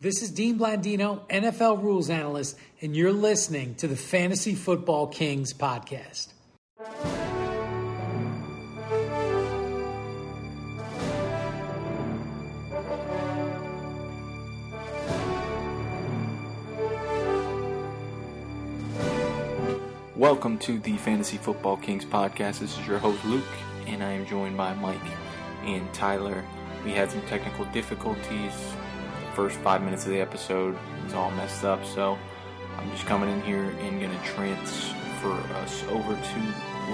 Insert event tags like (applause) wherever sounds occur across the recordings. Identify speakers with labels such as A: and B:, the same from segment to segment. A: This is Dean Blandino, NFL rules analyst, and you're listening to the Fantasy Football Kings podcast.
B: Welcome to the Fantasy Football Kings podcast. This is your host Luke, and I am joined by Mike and Tyler. We had some technical difficulties. The first five minutes of the episode was all messed up, so I'm just coming in here and gonna transfer us over to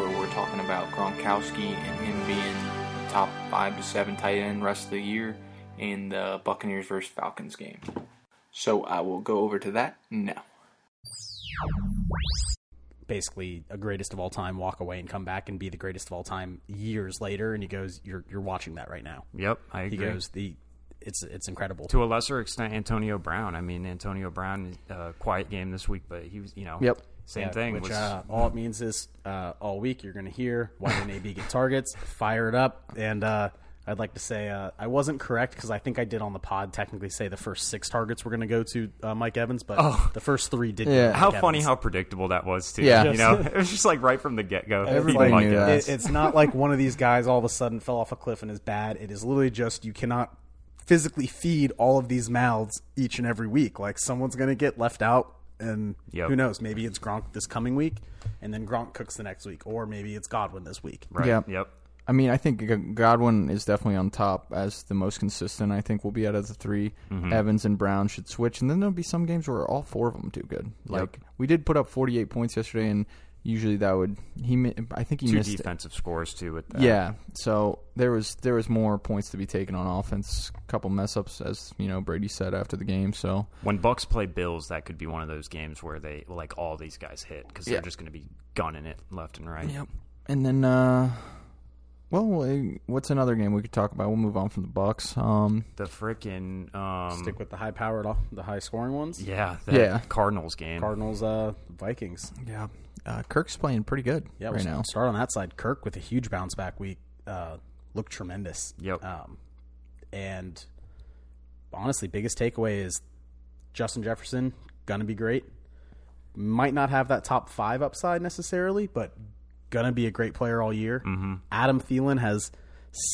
B: where we're talking about Gronkowski and him being top five to seven tight end rest of the year in the Buccaneers versus Falcons game. So I will go over to that now.
C: basically a greatest of all time walk away and come back and be the greatest of all time years later and he goes you're you're watching that right now
D: Yep, I
C: he
D: agree.
C: goes the it's it's incredible
D: to a lesser extent, Antonio Brown. I mean, Antonio Brown, uh, quiet game this week, but he was, you know,
E: Yep.
D: same
C: Yeah,
D: thing.
C: which
D: was,
C: uh, all it means is uh, all week you're going to hear why didn't AB get targets (laughs) fire it up and uh I'd like to say uh, I wasn't correct because I think I did on the pod technically say the first six targets were going to go to uh, Mike Evans, but the first three did. go to
E: Yeah.
C: Mike
D: Oh. how
C: Evans.
D: funny how predictable that was too.
E: Yeah.
D: you know, (laughs) it was just like right from the get go.
E: Everybody knew that.
C: It, it's not like one of these guys all of a sudden fell off a cliff and is bad. It is literally just you cannot physically feed all of these mouths each and every week. Like someone's going to get left out, and
D: Yep.
C: who knows? Maybe it's Gronk this coming week, and then Gronk cooks the next week, or maybe it's Godwin this week.
D: Right.
E: Yeah.
D: Yep.
E: I mean, I think G- Godwin is definitely on top as the most consistent. I think we'll be out of the 3 Evans and Brown should switch, and then there'll be some games where all four of them do good. Like we did put up 48 points yesterday, and usually that would he. mi- I think he
D: Two
E: missed.
D: defensive scores too. With that.
E: Yeah, so there was there was more points to be taken on offense. A couple mess ups, as you know, Brady said after the game. So
D: When Bucks play Bills, that could be one of those games where they like all these guys hit because they're
E: Yeah.
D: just going to be gunning it left and right.
E: And then, uh, well, eh, what's another game we could talk about? We'll move on from the Bucks. Um,
D: The freaking um,
C: Stick with the high powered, the high scoring ones.
D: yeah, that
E: Yeah.
D: Cardinals game.
C: Cardinals, uh, Vikings.
E: yeah, uh, Kirk's playing pretty good
C: Yeah,
E: right
C: we'll
E: now.
C: start on that side. Kirk with a huge bounce back week uh, looked tremendous.
D: Yep.
C: Um, and honestly, biggest takeaway is Justin Jefferson gonna be great. Might not have that top five upside necessarily, but gonna be a great player all year.
E: Mm-hmm.
C: Adam Thielen has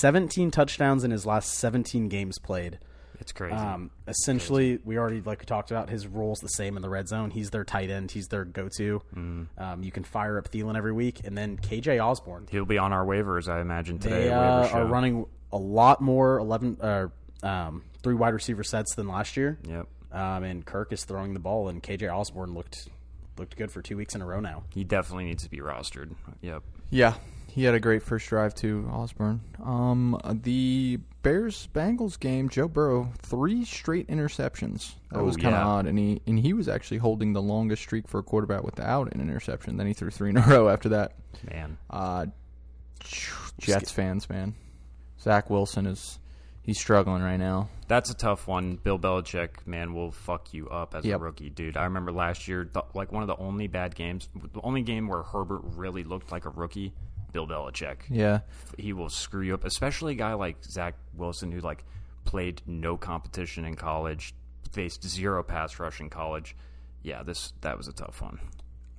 C: 17 touchdowns in his last 17 games played.
D: It's crazy.
C: Um, essentially, we already like we talked about his role's the same in the red zone. He's their tight end. He's their go-to.
D: Mm.
C: Um, you can fire up Thielen every week, and then KJ Osborne.
D: He'll be on our waivers, I imagine today.
C: They
D: waiver
C: uh,
D: show.
C: are running a lot more eleven or um, three wide receiver sets than last year.
D: Yep.
C: Um, and Kirk is throwing the ball, and KJ Osborne looked looked good for two weeks in a row now.
D: He definitely needs to be rostered. Yep.
E: Yeah, he had a great first drive too, Osborne. Um, the Bears Bengals game, Joe Burrow three straight interceptions. That
D: Oh,
E: was kind of
D: yeah.
E: odd, and he and he was actually holding the longest streak for a quarterback without an interception. Then he threw three in a (laughs) row after that.
D: Man.
E: Uh, Jets fans, man, Zach Wilson is he's struggling right now.
D: That's a tough one. Bill Belichick, man, will fuck you up as
E: Yep.
D: a rookie, dude. I remember last year, the, like one of the only bad games, the only game where Herbert really looked like a rookie. Bill Belichick,
E: Yeah,
D: he will screw you up, especially a guy like Zach Wilson who like played no competition in college, faced zero pass rush in college. Yeah, this that was a tough one.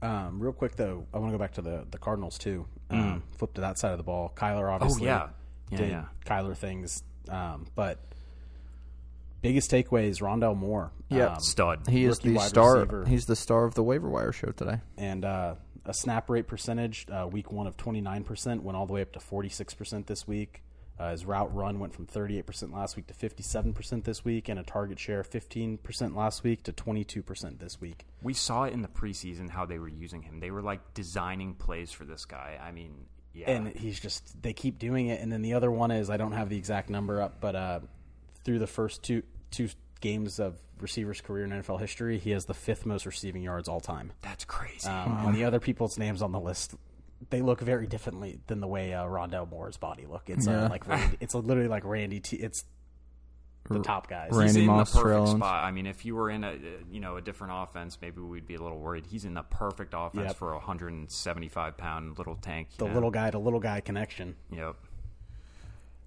C: Um, real quick though, I want to go back to the the Cardinals too. Um, Flip to that side of the ball. Kyler
E: Oh,
C: obviously.
D: Mm. Oh, yeah. Yeah,
C: did
D: yeah.
C: Kyler things. Um, but biggest takeaway is Rondell Moore.
E: Yeah.
C: Um,
D: Stud.
E: he is
C: Rookie
E: the
C: wide
E: star.
C: receiver.
E: He's the star of the waiver wire show today.
C: and uh, a snap rate percentage uh, week one of 29% went all the way up to 46% this week. Uh, his route run went from 38% last week to 57% this week, and a target share of 15% last week to 22% this week.
D: We saw it in the preseason how they were using him. They were like designing plays for this guy. I mean, yeah.
C: and he's just they keep doing it and then the other one is i don't have the exact number up but uh through the first two two games of receiver's career in nfl history he has the fifth most receiving yards all time
D: that's crazy.
C: um, and the other people's names on the list they look very differently than the way uh, Rondell Moore's body look. It's uh, like Randy, it's literally like Randy. T- it's the top guys.
E: Randy
D: he's in
E: Moss,
D: the perfect
E: Terrell Owens.
D: spot. I mean, if you were in a uh, you know a different offense, maybe we'd be a little worried. He's in the perfect offense
C: Yep.
D: for a 175 pound little tank. you
C: The
D: know?
C: little guy to little guy connection.
D: Yep.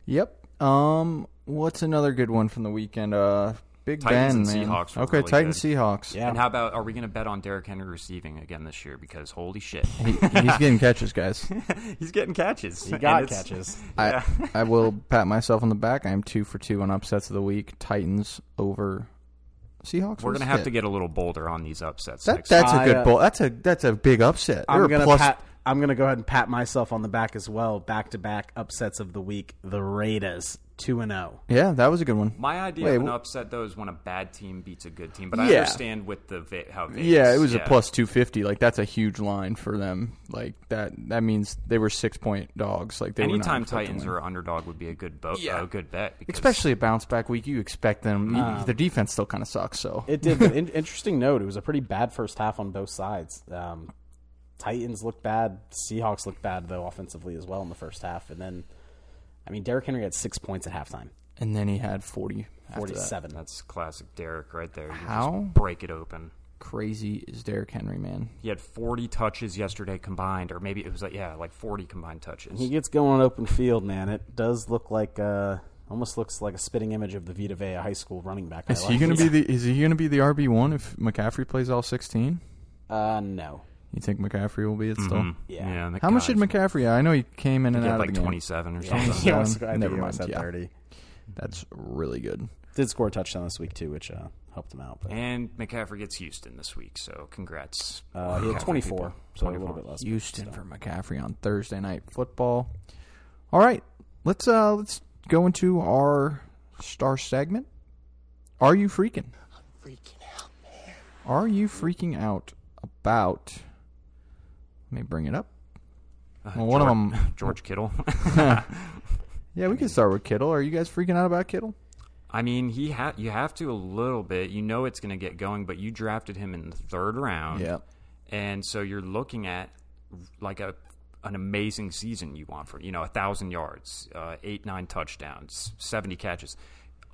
E: Yep. Um, what's another good one from the weekend? Uh, Big
D: Titans
E: Ben,
D: and
E: man.
D: Seahawks were
E: okay,
D: really
E: Titans
D: good.
E: Seahawks.
C: Yeah.
D: And how about are we going to bet on Derrick Henry receiving again this year? Because holy shit, (laughs)
E: He, he's getting catches,
C: (laughs)
E: guys.
D: he's getting catches.
C: He got
D: And it's-
C: catches.
E: I I will pat myself on the back. I am two for two on upsets of the week. Titans over Seahawks.
D: We're
E: was?
D: gonna have
E: Yeah.
D: to get a little bolder on these upsets.
E: that.
D: next
E: That's a
C: I,
E: good
C: uh,
E: bowl. That's a that's a big upset. They
C: I'm
E: were
C: gonna
E: plus-
C: pat. I'm gonna go ahead and pat myself on the back as well. Back to back upsets of the week. The Raiders two and oh. zero.
E: Yeah, that was a good one.
D: My idea
E: Wait,
D: of an
E: wh-
D: upset though is when a bad team beats a good team, but I
E: Yeah.
D: understand with the va- how Vegas,
E: Yeah, it was a plus two fifty. Like that's a huge line for them. Like that that means they were six point dogs. Like they were not
D: Anytime
E: expecting
D: Titans
E: to win.
D: are underdog would be a good boat, a good bet. Because
E: especially a bounce back week. You expect them. their defense still kind of sucks. So
C: Ah. It did. but in, interesting note. It was a pretty bad first half on both sides. Um, Titans looked bad. Seahawks looked bad though offensively as well in the first half. And then, I mean, Derrick Henry had six points at halftime.
E: and then he had forty. after that.
C: Forty-seven.
D: that's classic Derek right there. You just
E: How?
D: break it open?
E: Crazy is Derrick Henry, man.
D: He had 40 touches yesterday combined, or maybe it was like yeah, like 40 combined touches.
C: He gets going on open field, man. It does look like uh almost looks like a spitting image of the Vita Vea high school running back. I
E: Is he
C: like
E: gonna
C: it.
E: be the is he gonna be the RB one if McCaffrey plays all sixteen? (laughs)
C: Uh, no.
E: You think McCaffrey will be it still?
C: Yeah.
D: that
E: How much did
D: guy's-
E: McCaffrey? I know he came in and
D: he had
E: out
D: like
E: of the game.
D: 27
C: (laughs)
D: or
C: Yeah,
D: something?
C: he almost- I think
E: Never
C: he almost
E: mind,
C: had
E: yeah.
C: 30.
E: That's really good.
C: Did score a touchdown this week, too, which uh, helped him out. But,
D: And McCaffrey gets Houston this week, so congrats.
C: uh, he
D: McCaffrey
C: had 24,
D: people.
C: so a little bit less.
E: Houston for McCaffrey on Thursday night football. All right, let's uh let's go into our star segment. Are you freaking? Are you freaking out about? Let me bring it up. Well, one of them.
D: George
E: (laughs)
D: Kittle.
E: Yeah, we can start with Kittle. Are you guys freaking out about Kittle?
D: I mean, he ha- you have to a little bit. You know it's going to get going, but you drafted him in the third round.
E: Yeah.
D: And so you're looking at like a an amazing season you want for you know a thousand yards, uh, eight nine touchdowns, seventy catches.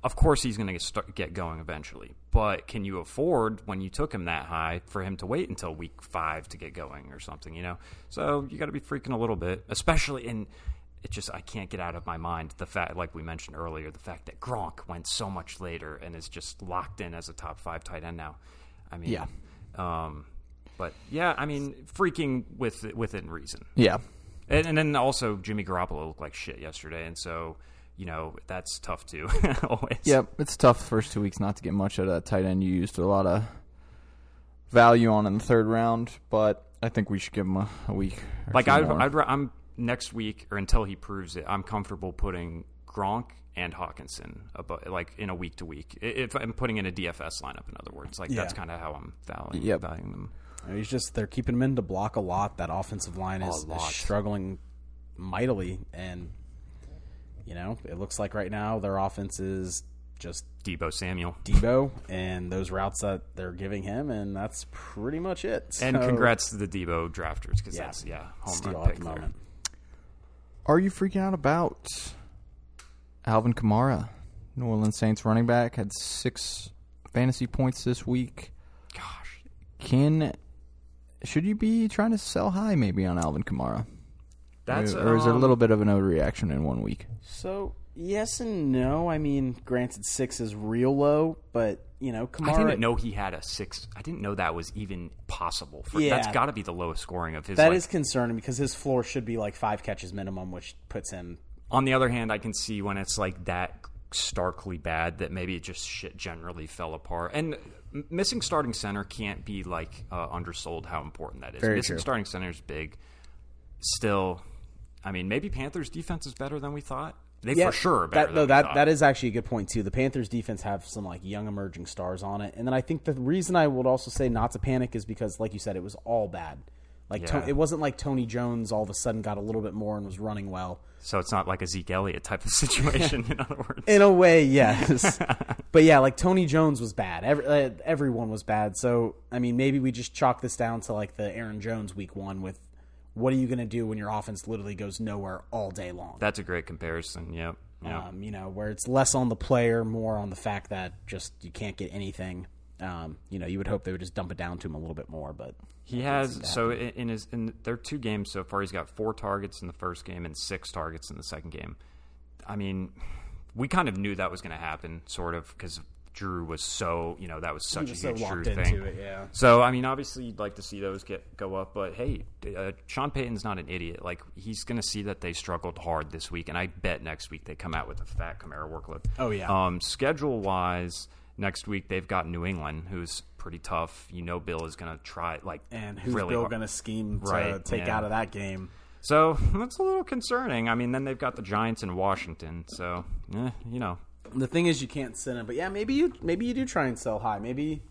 D: Of course, he's going to get start, get going eventually. But can you afford when you took him that high for him to wait until week five to get going or something? You know, so you got to be freaking a little bit, especially in. It just I can't get out of my mind the fact, like we mentioned earlier, the fact that Gronk went so much later and is just locked in as a top five tight end now. I mean,
E: Yeah.
D: um, but yeah, I mean, freaking with within reason.
E: Yeah.
D: And, and then also Jimmy Garoppolo looked like shit yesterday, and so you know that's tough too. (laughs) always.
E: Yep, it's tough the first two weeks not to get much out of that tight end you used a lot of value on in the third round, but I think we should give him a, a week. or
D: Like
E: two
D: I'd,
E: more.
D: I'd, ra- I'm next week or until he proves it, I'm comfortable putting Gronk and Hawkinson above, like in a week to week. I- If I'm putting in a DFS lineup, in other words, like that's
C: Yeah.
D: kind of how I'm valuing,
E: Yep.
D: valuing them.
C: I mean, he's just, they're keeping him in to block a lot. That offensive line is,
D: lot.
C: is struggling mightily. And, you know, it looks like right now their offense is just
D: Debo Samuel.
C: Debo and those routes that they're giving him, and that's pretty much it.
D: And
C: So,
D: congrats to the Debo drafters because
C: Yeah.
D: that's yeah home
C: Steal
D: run
C: at
D: pick
C: the
D: there.
C: moment.
E: Are you freaking out about Alvin Kamara, New Orleans Saints running back, had six fantasy points this week?
D: Gosh,
E: Can should you be trying to sell high maybe on Alvin Kamara?
D: that's
E: or, or is it a
D: um,
E: little bit of an overreaction in one week?
C: So yes and no. I mean, granted, six is real low, but you know, Kamara.
D: I didn't know he had a six. I didn't know that was even possible. For,
C: Yeah.
D: That's got to be the lowest scoring of his.
C: That
D: like-
C: is concerning because his floor should be like five catches minimum, which puts him.
D: On the other hand, I can see when it's like that starkly bad that maybe it just shit generally fell apart. And m- missing starting center can't be like uh, undersold how important that is.
C: Very
D: missing
C: true.
D: starting center is big. Still, I mean, maybe Panthers defense is better than we thought. They for sure are
C: That,
D: better than
C: though
D: we
C: that
D: thought.
C: that is actually a good point too. The Panthers defense have some like young emerging stars on it, and then I think the reason I would also say not to panic is because, like you said, it was all bad. Like
D: Yeah.
C: to- it wasn't like Tony Jones all of a sudden got a little bit more and was running well.
D: so it's not like a Zeke Elliott type of (laughs) situation. in other words,
C: In a way, yes. (laughs) but yeah, like Tony Jones was bad. Every, uh, everyone was bad. So I mean, maybe we just chalk this down to like the Aaron Jones week one with what are you going to do when your offense literally goes nowhere all day long?
D: that's a great comparison. Yep. Yeah.
C: um, you know, where it's less on the player, more on the fact that just you can't get anything. Um, you know, you would hope they would just dump it down to him a little bit more, but
D: He has so in in his in their two games so far, he's got four targets in the first game and six targets in the second game. I mean, we kind of knew that was going to happen, sort of, because Drew was so you know that was such
C: He was so
D: a huge Drew
C: locked
D: thing.
C: into it, yeah.
D: So I mean, obviously, you'd like to see those get go up, but hey, uh, Sean Payton's not an idiot. Like he's going to see that they struggled hard this week, and I bet next week they come out with a fat Camaro workload.
C: Oh, yeah.
D: Um, schedule wise, next week they've got New England, who's pretty tough. You know, Bill is going to try like
C: And who's
D: really
C: Bill
D: hard.
C: going to scheme to
D: Right,
C: take
D: yeah.
C: out of that game?
D: So that's a little concerning. I mean, then they've got the Giants in Washington. So eh, you know,
C: The thing is, you can't send him. But yeah, maybe you maybe you do try and sell high. Maybe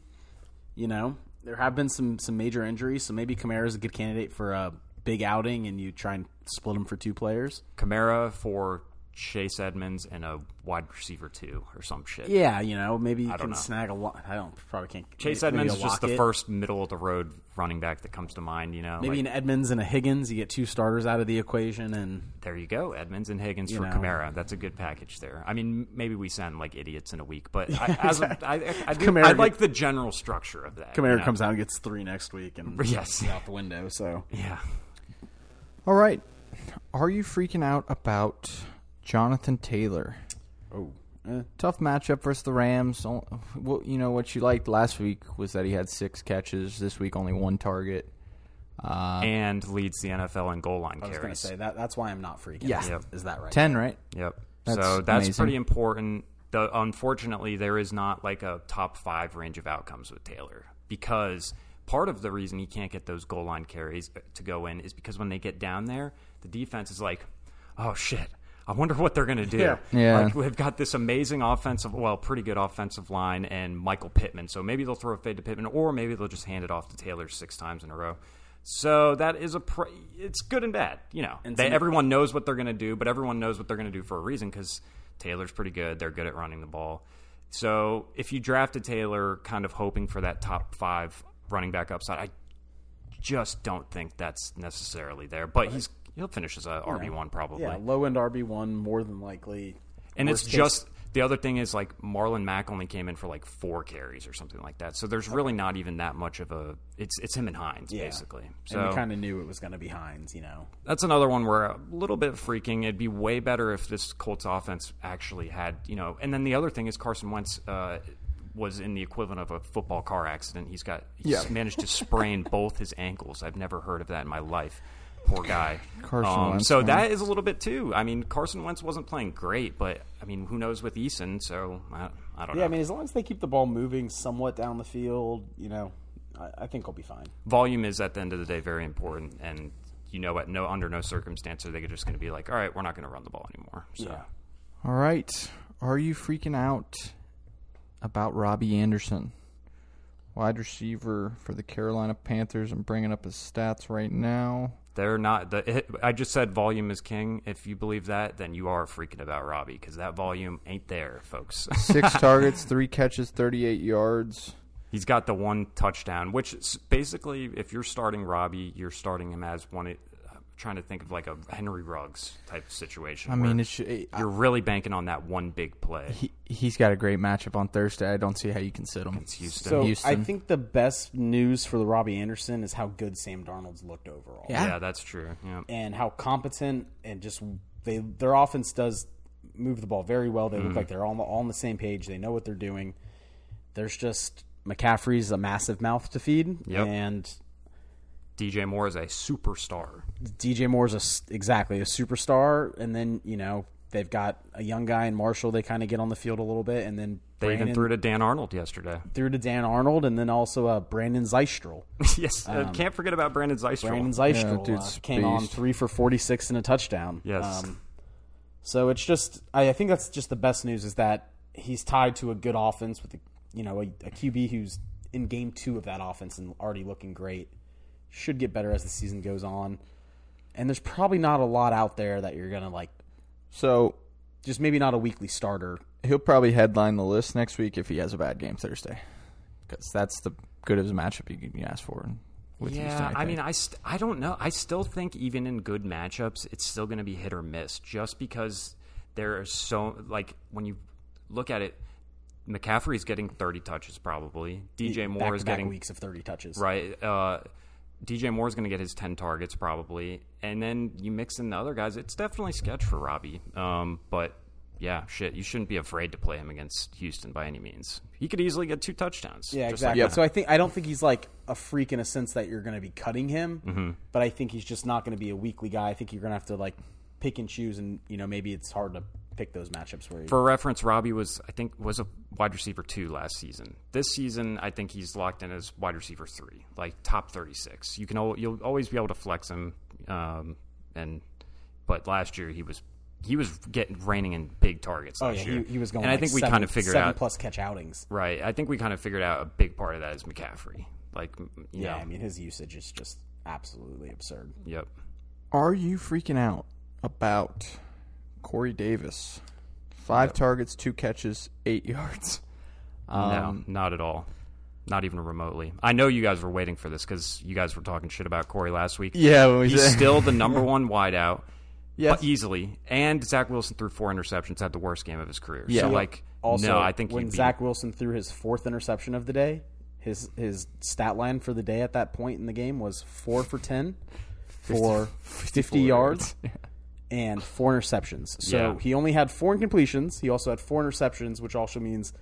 C: you know there have been some some major injuries, so maybe Kamara's a good candidate for a big outing, and you try and split him for two players.
D: Camara for Chase Edmonds and a wide receiver two or some shit.
C: Yeah, you know maybe you can
D: know.
C: snag a lot. I don't probably can't.
D: Chase
C: maybe
D: Edmonds
C: a
D: is just the
C: Lockett.
D: first middle of the road running back that comes to mind. You know,
C: Maybe
D: Like,
C: an Edmonds and a Higgins. You get two starters out of the equation, and
D: there you go, Edmonds and Higgins for
C: know.
D: Camara. That's a good package there. I mean, maybe we sound like idiots in a week, but
C: (laughs)
D: I, as a, I, I, I, do,
C: Kamara
D: I
C: get-
D: like the general structure of that.
C: Kamara
D: you know?
C: comes out and gets three next week, and
D: Yes.
C: out the window. So
D: Yeah.
E: All right. Are you freaking out about Jonathan Taylor?
C: oh, eh.
E: Tough matchup versus the Rams. Oh, well, You know what you liked last week was that he had six catches. This week, only one target.
D: and leads the NFL in goal line
C: Uh, I was going to
D: carries.
C: say that. That's why I'm not freaking.
E: Yeah.
C: out.
D: Yep.
C: is that right?
E: Ten, right?
D: Yep.
E: That's
D: so that's
E: amazing.
D: pretty important. The, unfortunately, there is not like a top five range of outcomes with Taylor because part of the reason he can't get those goal line carries to go in is because when they get down there, the defense is like, oh shit. I wonder what they're going to do.
C: Yeah.
E: Yeah.
D: Like, we've got this amazing offensive, well, pretty good offensive line and Michael Pittman. So maybe they'll throw a fade to Pittman or maybe they'll just hand it off to Taylor six times in a row. So that is a pr- it's good and bad, you know.
C: And
D: they,
C: some-
D: everyone knows what they're going to do, but everyone knows what they're going to do for a reason because Taylor's pretty good. They're good at running the ball. So if you drafted Taylor kind of hoping for that top five running back upside, I just don't think that's necessarily there. But he's he'll finish as a RB one probably.
C: Yeah, low end RB one more than likely.
D: And
C: Worst
D: it's
C: case-
D: just the other thing is like Marlon Mack only came in for like four carries or something like that. So there's really not even that much of a it's it's him and Hines
C: Yeah.
D: basically. So
C: and we kind of knew it was going to be Hines, you know.
D: that's another one where a little bit freaking. It'd be way better if this Colts offense actually had you know. And then the other thing is Carson Wentz. Uh, was in the equivalent of a football car accident. He's got he's
E: Yeah.
D: managed to
E: (laughs)
D: sprain both his ankles. I've never heard of that in my life. Poor guy. Um,
E: Carson Wentz,
D: So
E: man.
D: that is a little bit too. I mean, Carson Wentz wasn't playing great, but I mean, who knows with Eason? So I, I don't
C: Yeah,
D: know.
C: I mean, as long as they keep the ball moving somewhat down the field, you know, I, I think I'll be fine.
D: volume is at the end of the day very important, and you know, at no under no circumstance are they just going to be like, all right, we're not going to run the ball anymore. So.
E: All right. Are you freaking out about Robbie Anderson? Wide receiver for the Carolina Panthers. I'm bringing up his stats right (laughs) now.
D: They're not the. It, I just said volume is king. If you believe that, then you are freaking about Robbie because that volume ain't there, folks. (laughs)
E: Six targets, three catches, 38 yards.
D: He's got the one touchdown, which is basically, if you're starting Robbie, you're starting him as one. I'm trying to think of like a Henry Ruggs type situation.
E: I
D: where
E: mean, it's, it,
D: you're really banking on that one big play.
E: he, he's got a great matchup on Thursday. I don't see how you can sit him.
D: It's Houston.
C: So
E: Houston.
C: I think the best news for the Robbie Anderson is how good Sam Darnold's looked overall,
E: Yeah.
D: yeah, that's true. Yeah.
C: and how competent and just they their offense does move the ball very well. They
D: Mm-hmm.
C: look like they're all, all on the same page. They know what they're doing. There's just McCaffrey's a massive mouth to feed,
D: Yep.
C: and
D: DJ Moore is a superstar.
C: DJ Moore's a s exactly a superstar, and then you know they've got a young guy in Marshall. They kind of get on the field a little bit, and then
D: They even
C: Brandon
D: threw to Dan Arnold yesterday. (laughs)
C: threw to Dan Arnold, and then also uh, Brandon Zeistrel.
D: yes,
E: Um,
D: uh, can't forget about Brandon Zeistrom.
C: Brandon Zeistrel
E: Yeah, dude's
C: uh, came on
E: beast.
C: three for forty six and a touchdown. Um,
D: Yes.
C: so it's just I, I think that's just the best news is that he's tied to a good offense with a, you know a, a QB who's in game two of that offense and already looking great. Should get better as the season goes on, and there's probably not a lot out there that you're gonna like
E: So
C: just maybe not a weekly starter.
E: he'll probably headline the list next week if he has a bad game Thursday, because that's the good of a matchup you can ask for. With
D: yeah,
E: Houston, I,
D: I,
E: think.
D: mean, I st- I don't know. I still think even in good matchups, it's still going to be hit or miss, just because there are so like when you look at it, McCaffrey's getting thirty touches probably. DJ Moore is
C: Back-to-back
D: getting
C: weeks of thirty touches.
D: right. Uh, DJ Moore's going to get his ten targets probably, and then you mix in the other guys. It's definitely sketch for Robbie, um, but yeah, shit, you shouldn't be afraid to play him against Houston by any means. He could easily get two touchdowns.
C: Yeah,
D: just
C: exactly.
D: Like
C: So I think I don't think he's like a freak in a sense that you're going to be cutting him,
D: Mm-hmm.
C: but I think he's just not going to be a weekly guy. I think you're going to have to like pick and choose, and you know maybe it's hard to pick those matchups where you,
D: For reference, Robbie was I think was a wide receiver two last season. This season, I think he's locked in as wide receiver three, like top thirty six. You can al- you'll always be able to flex him. Um, and but last year he was he was getting raining in big targets.
C: oh
D: last
C: yeah,
D: year.
C: he, he was going.
D: And I
C: like,
D: think we
C: seven-
D: kind of figured
C: seven
D: out
C: plus catch outings.
D: right. I think we kind of figured out a big part of that is McCaffrey. Like m- you
C: Yeah,
D: know,
C: I mean his usage is just absolutely absurd.
D: yep.
E: Are you freaking out about Corey Davis? Five targets, two catches, eight yards.
C: um,
D: no, not at all. Not even remotely. I know you guys were waiting for this because you guys were talking shit about Corey last week.
E: (laughs) Yeah, when we
D: He's
E: said-
D: still
C: (laughs)
D: the number one wideout,
E: (laughs) Yes.
D: but easily. And Zach Wilson threw four interceptions, had the worst game of his career.
E: Yeah.
D: So, like,
C: Also,
D: no, I think
C: when
D: he'd be-
C: Zach Wilson threw his fourth interception of the day, his his stat line for the day at that point in the game was four for ten for fifty yards
D: (laughs)
C: and four interceptions. So
D: Yeah.
C: he only had four incompletions. He also had four interceptions, which also means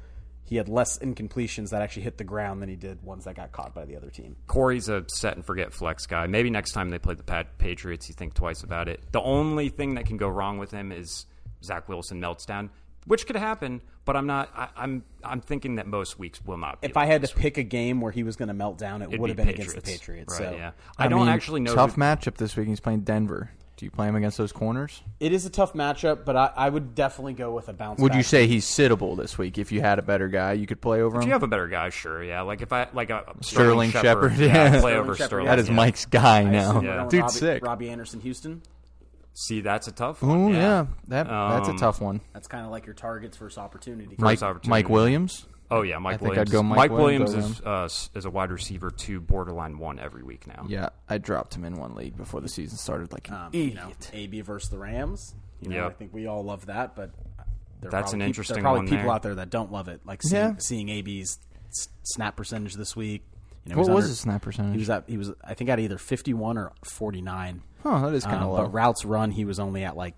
C: he had less incompletions that actually hit the ground than he did ones that got caught by the other team.
D: Corey's a set and forget flex guy. Maybe next time they play the Pat- Patriots, you think twice about it. The only thing that can go wrong with him is Zach Wilson melts down, which could happen. But I'm not. I, I'm. I'm thinking that most weeks will not. Be
C: If
D: like
C: I had
D: this.
C: to pick a game where he was going to melt down, it
D: It'd
C: would have
D: be
C: been against the Patriots.
D: Right,
C: so
D: yeah. I, don't actually know.
E: Tough
D: who-
E: matchup this week. He's playing Denver. Do you play him against those corners?
C: it is a tough matchup, but I, I would definitely go with a bounce.
E: Would
C: back
E: you say he's sittable this week? If you had a better guy, you could play over
D: Do
E: him.
D: you have a better guy? Sure, yeah. Like if I like a
E: Sterling
D: Sterling,
E: Shepard,
C: (laughs)
D: yeah,
E: yeah.
D: play
E: Sterling
D: over
C: Shepard,
D: Sterling.
E: that is
D: yeah.
E: Mike's guy now.
D: we're going
E: Dude,
C: uh, Robbie,
E: sick.
C: Robbie Anderson Houston.
D: See, that's a tough
E: Oh
D: one.
E: yeah, that that's a tough one.
C: That's kind of like your targets versus opportunity.
E: Mike
D: Um, opportunity.
E: Mike Williams.
D: Oh yeah, Mike
E: I think
D: Williams.
E: I'd go Mike Williams
D: Williams, is uh, s- is a wide receiver two, borderline one every week now.
E: Yeah, I dropped him in one league before the season started. Like an
C: Um,
E: idiot.
C: you know, AB versus the Rams. You know,
D: Yep.
C: I think we all love that, but there are
D: That's
C: probably
D: an
C: peop-
D: interesting
C: there are probably
D: one
C: people
D: there.
C: out there that don't love it, like seeing,
E: Yeah.
C: seeing AB's s- snap percentage this week. You know, he
E: What was
C: under-
E: his snap
C: He
E: percentage?
C: was at he was I think at either fifty one or forty nine.
E: Oh, that is kind of
C: Um,
E: low.
C: but routes run, he was only at like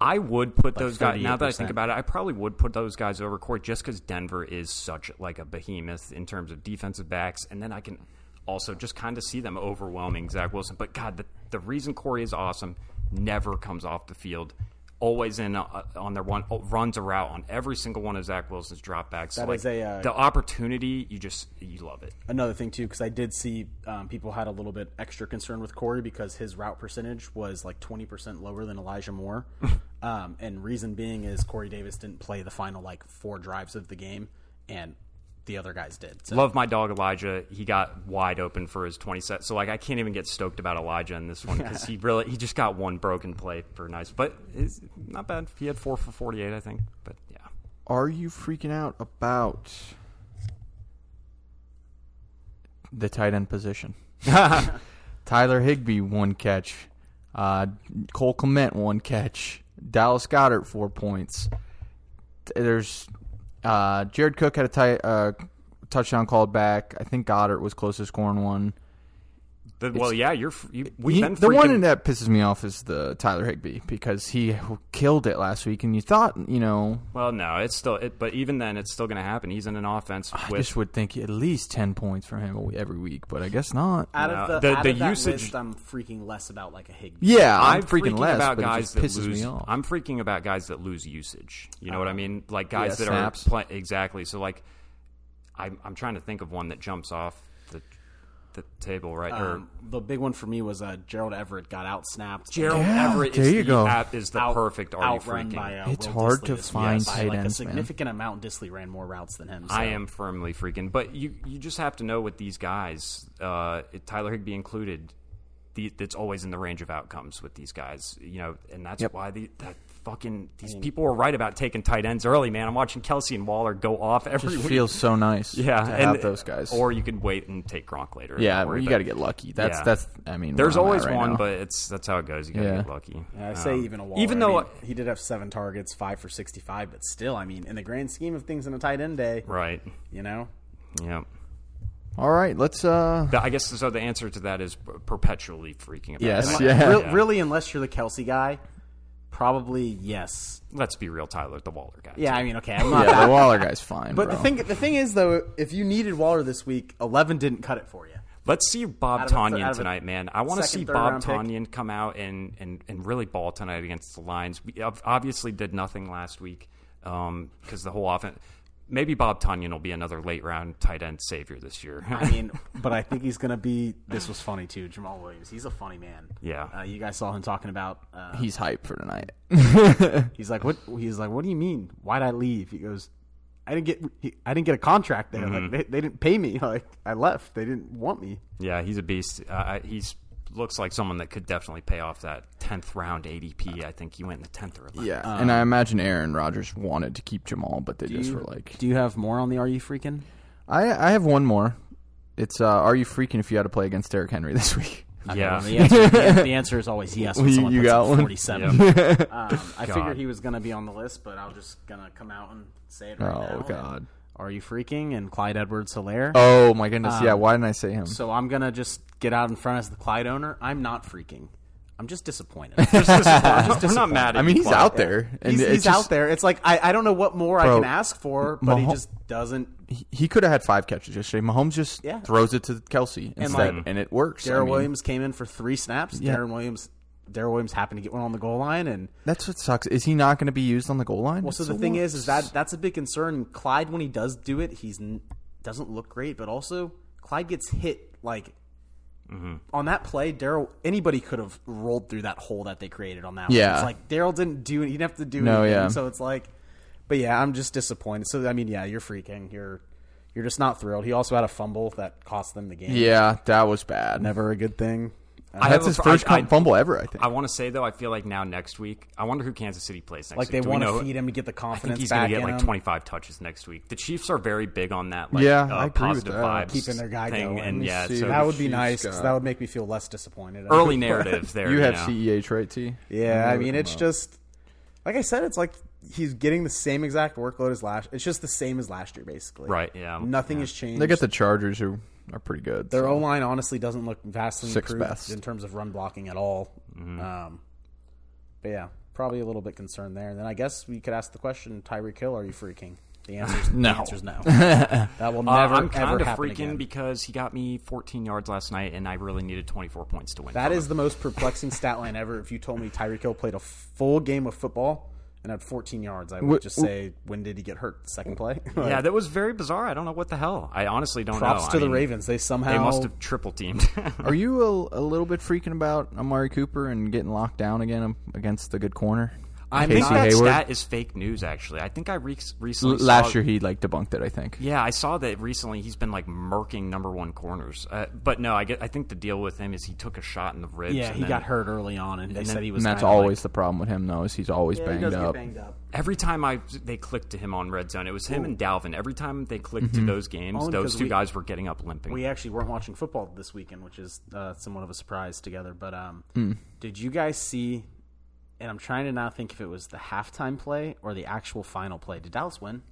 D: I would put those guys. Now that I
C: 38%.
D: think about it, I probably would put those guys over court just because Denver is such like a behemoth in terms of defensive backs, and then I can also just kind of see them overwhelming Zach Wilson. But God, the, the reason Corey is awesome never comes off the field. Always in uh, on their one oh, runs a route on every single one of Zach Wilson's dropbacks.
C: That
D: like
C: is a, uh,
D: the opportunity you just you love it.
C: another thing too because I did see um, people had a little bit extra concern with Corey because his route percentage was like twenty percent lower than Elijah
D: (laughs)
C: Moore, um, and reason being is Corey Davis didn't play the final like four drives of the game, and the other guys did. So
D: Love my dog Elijah. He got wide open for his 20 set. So like I can't even get stoked about Elijah in
E: (laughs)
D: this one because he really he just got one broken play for nice, but it's not bad. He had four for 48, I think. But yeah,
E: Are you freaking out about the tight end position? (laughs) Tyler Higbee, one catch. Uh, Cole Clement, one catch. Dallas Goddard, four points. There's uh, Jared Cook had a tight, uh, touchdown called back. I think Goddard was close to scoring one.
D: The- well, yeah, you're f- you, we've
E: He-
D: been
E: the
D: freaking-
E: one that pisses me off is the Tyler Higbee because he killed it last week, and you thought, you know,
D: Well, no, it's still it, but even then, it's still going to happen. He's in an offense
E: I
D: with
E: just would think at least ten points for him every week, but I guess not.
C: out of the,
D: No, the-
C: out
D: the
C: of that
D: usage-
C: list, I'm freaking less about like a Higby.
E: yeah, I'm,
D: I'm
E: freaking, less,
D: about
E: but
D: guys
E: it
D: that
E: just pisses
D: lose.
E: me off. Uh,
D: I'm freaking about guys that lose usage. You know what I mean? Like guys
E: yeah,
D: that
E: snaps.
D: are play, exactly. So like, I'm I'm trying to think of one that jumps off the the table right or
C: Um, the big one for me was uh, Gerald Everett got out snapped.
D: Gerald
E: Yeah,
D: Everett
E: there
D: is
E: you
D: the
E: go.
D: app is the perfect are you
C: outrun
D: freaking.
C: by uh,
E: It's
C: Will
E: hard
C: Disley
E: to
C: this
E: find
C: week by,
E: tight
C: like
E: ends,
C: A
E: man.
C: significant amount. Disley ran more routes than him. So.
D: I am firmly freaking, but you you just have to know with these guys, uh, Tyler Higby included, the, that's always in the range of outcomes with these guys, you know, and that's why the that fucking these people were right about taking tight ends early, man. I'm watching Kelsey and Waller go off every
E: just
D: week.
E: feels so nice.
D: (laughs) yeah,
E: to
D: and,
E: have those guys.
D: or you could wait and take Gronk later.
E: yeah,
D: Don't
E: well,
D: worry
E: you
D: about
E: got to
D: it.
E: get lucky. That's
D: Yeah.
E: that's. I mean,
D: There's
E: where I'm at
D: always
E: right
D: one,
E: now.
D: but it's that's how it goes. You gotta
E: Yeah.
D: get lucky.
C: I say even a Waller.
D: Um, even
C: I
D: though-
C: mean, he did have seven targets, five for sixty-five, but still, I mean, in the grand scheme of things, in a tight end day,
D: Right.
C: you know,
D: Yeah.
E: all right, let's. uh
D: The- I guess so. The answer to that is perpetually freaking. About
E: Yes,
D: tight
E: yeah.
D: ends.
C: Re- really, unless you're the Kelsey guy, Probably yes.
D: Let's be real, Tyler, the Waller guy.
C: Yeah, I mean, okay, I'm not.
E: (laughs) Yeah, the Waller guy's fine.
C: but
E: bro.
C: the thing, the thing is though, if you needed Waller this week, eleven didn't cut it for you.
D: Let's see Bob
C: Out of a th- out
D: Tanyan
C: of a
D: tonight, man. I want to
C: second,
D: see
C: third
D: Bob
C: round pick.
D: Tanyan come out and, and, and really ball tonight against the Lions. We ob- obviously did nothing last week because the whole offense. Maybe Bob Tanyan will be another late round tight end savior this year.
C: I mean, but I think he's gonna be. This was funny too, Jamal Williams. He's a funny man.
D: Yeah.
C: uh, you guys saw him talking about. Uh,
E: he's hype for (laughs) tonight.
C: he's like, what? He's like, what do you mean? Why'd I leave? He goes, I didn't get. He, I didn't get a contract there. Like they, they didn't pay me. (laughs) Like I left. They didn't want me.
D: (laughs) yeah, he's a beast. Uh, I- he's looks like someone that could definitely pay off that tenth round ADP. I think he went in the tenth or 11th.
E: Yeah, and I imagine Aaron Rodgers wanted to keep Jamal, but they just
C: you-
E: were like,
C: Do you have more on the Are You Freaking?
E: I I have one more. It's uh, are you freaking if you had to play against Derrick Henry this (laughs) week?
D: Yeah.
C: the, answer, the, the answer is always yes. When
E: You-
C: someone
E: you
C: puts
E: got
C: up
E: one?
C: 47. um, I figured he was going to be on the list, but I'm just going to come out and say it right now.
E: Oh God.
C: Are you freaking? And Clyde Edwards Hilaire.
E: Oh my goodness. yeah. Why didn't I say him?
C: So I'm going to just get out in front as the Clyde owner. I'm not freaking. I'm just disappointed.
D: We're not mad. At
E: I mean,
D: you,
E: he's
D: Clark.
E: out there, and
C: he's
E: it's
C: he's
E: just-
C: out there. It's like, I, I don't know what more I
E: Bro,
C: can ask for, but he
E: Maho-
C: just doesn't.
E: He could have had five catches yesterday. Mahomes just
C: Yeah.
E: throws it to Kelsey instead, and,
C: like,
E: it works. I
C: Darrell
E: mean,
C: Williams came in for three snaps. Darren Williams. Darrell Williams happened to get one on the goal line, and
E: That's what sucks. Is he not going to be used on the goal line?
C: Well, so the thing is, is that that's a big concern. Clyde, when he does do it, he's n- doesn't look great, but also Clyde gets hit like
D: Mm-hmm.
C: on that play. Daryl, anybody could have rolled through that hole that they created on that. one.
E: Yeah.
C: it's like Daryl didn't do it. He didn't have to do
E: No,
C: anything.
E: yeah.
C: So it's like, but yeah, I'm just disappointed. So I mean, yeah, you're freaking. You're you're just not thrilled. He also had a fumble that cost them the game.
E: yeah, that was bad.
C: never a good thing.
D: I have
E: That's
D: a
E: his
D: fr-
E: first
D: I- I-
E: fumble ever, I think.
D: I want to say though, I feel like now next week, I wonder who Kansas City plays next.
C: Like
D: week.
C: they
D: Do we
C: want
D: know-
C: to feed him to get the
D: I think
C: confidence
D: he's
C: back
D: going to get
C: in
D: like
C: him.
D: 25 touches next week. The Chiefs are very big on that. Like,
E: Yeah,
D: uh,
E: I agree with
D: positive
E: that.
D: vibes,
C: Keeping their guy
D: thing,
C: going.
D: and yeah,
E: see.
D: so
C: That would
E: She's
C: be nice. 'cause
E: got-
C: That would make me feel less disappointed.
D: (laughs) early
E: (laughs)
D: narrative there.
E: you have
D: know.
E: CEH right, T?
C: Yeah, I mean, it's just like I said, it's like he's getting the same exact workload as last. It's just the same as last year, basically.
D: Right, yeah.
C: Nothing has changed.
E: They got the Chargers, who are pretty good.
C: Their
E: so.
C: O line honestly doesn't look vastly
E: Sixth
C: improved
E: best.
C: in terms of run blocking at all.
D: Mm-hmm.
C: Um, but yeah, probably a little bit concerned there. And then I guess we could ask the question: Tyreek Hill, are you freaking? The
D: (laughs)
C: answer's no. The answer's no. that will
D: Uh,
C: never
D: I'm
C: ever
D: kind of
C: happen
D: freaking
C: again.
D: because he got me 14 yards last night, and I really needed 24 points to win.
C: That is the most perplexing stat line ever. If you told me Tyreek Hill played a full game of football and had 14 yards, I would
E: Wh-
C: just say, when did he get hurt? Second play? (laughs) Like,
D: yeah, that was very bizarre. I don't know what the hell. I honestly don't know.
C: props
D: I
C: to the
D: mean,
C: Ravens. They somehow
D: They must have triple (laughs) teamed.
E: Are you a, a little bit freaking about Amari Cooper and getting locked down again um, against the good corner?
D: I
E: Casey
D: think that
E: Hayward.
D: stat is fake news. Actually, I think I re- recently
E: L- last
D: saw-
E: year he like debunked it. I think.
D: Yeah, I saw that recently. He's been like murking number one corners, uh, but no, I, get, I think the deal with him is he took a shot in the ribs.
C: Yeah,
D: and
C: he
D: then
C: got hurt early on, and they said he was.
E: And that's
C: kinda
E: always the problem with him, though, is he's always
C: like,
E: banged, up.
D: Every time I they clicked to him on red zone, it was him and Dalvin. Every time they clicked to those games,
C: Mm-hmm. Only
D: those
C: because
D: two
C: we-
D: guys were getting up limping.
C: We actually weren't watching football this weekend, which is uh, somewhat of a surprise together. But um,
E: Hmm.
C: did you guys see? And I'm trying to now think if it was the halftime play or the actual final play. Did Dallas win?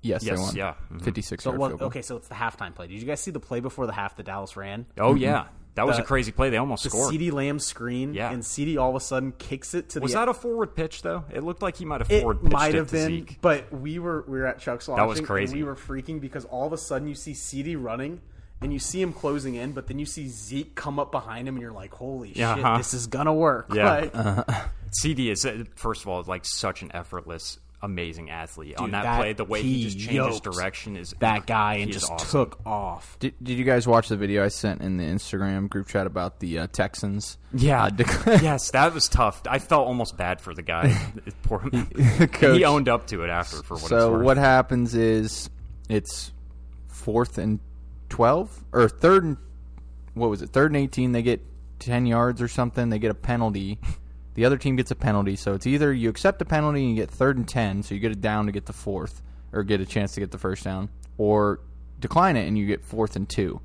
E: Yes, Mm-hmm.
D: Yes,
E: they won.
D: yeah. Mhm.
E: fifty-six
C: So
E: yard
C: it was-
E: field goal.
C: okay, so it's the halftime play. Did you guys see the play before the half that Dallas ran?
D: oh yeah, that was a
C: Mm-hmm. The-
D: crazy play. They almost
C: the
D: scored.
C: CD Lamb screen,
D: Yeah.
C: and CD all of a sudden kicks it to
D: was
C: the.
D: that a forward pitch though? It looked like he might have forward
C: it
D: pitched
C: might
D: it
C: have
D: to
C: been,
D: Zeke.
C: but we were we were at Chuck's watching.
D: That was
C: and
D: crazy.
C: we were freaking because all of a sudden you see CD running and you see him closing in, but then you see Zeke come up behind him, and you're like, "Holy
D: Yeah,
C: shit,
D: uh-huh.
C: this is gonna work!"
D: Yeah. Uh-huh.
C: Like,
D: CD is uh, first of all like such an effortless, amazing athlete. On
C: Dude,
D: that,
C: that-
D: play, the way he,
C: he
D: just changes
C: yoked
D: direction is
C: that guy
D: he
C: and
D: is
C: just
D: awesome.
C: took off.
E: Did, did you guys watch the video I sent in the Instagram group chat about the uh, Texans?
D: Yeah.
E: (laughs) uh, dec-
D: yes, that was tough. I felt almost bad for the guy.
E: (laughs)
D: (laughs) Poor
E: Coach.
D: He owned up to it after for what it's
E: so
D: worth.
E: what happens is it's fourth and twelve or third and what was it? Third and eighteen. They get ten yards or something. They get a penalty. (laughs) The other team gets a penalty. So it's either you accept a penalty and you get third and ten, so you get it down to get the fourth or get a chance to get the first down, or decline it and you get fourth and
D: (laughs)
E: two.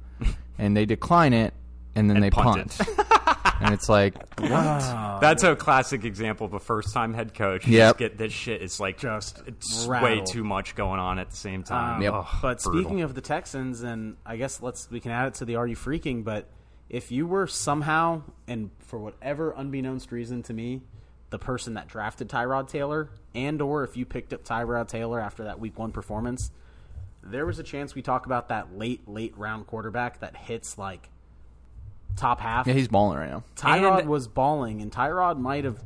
E: and they decline it and then they
D: punt
E: punt. (laughs) and it's like
D: Uh, That's a classic example of a first-time head coach. You
E: Yep.
D: just get this shit. It's like
C: Just
D: it's way
C: rattled.
D: too much going on at the same time.
E: Yep.
D: Ugh,
C: But
D: brutal.
C: speaking of the Texans, and I guess let's we can add it to the "Are you freaking?" But if you were somehow and for whatever unbeknownst reason to me the person that drafted Tyrod Taylor, and or if you picked up Tyrod Taylor after that Week One performance, there was a chance we talk about that late late round quarterback that hits like top half.
E: Yeah, he's balling right now.
C: Tyrod
D: And-
C: was balling, and Tyrod might have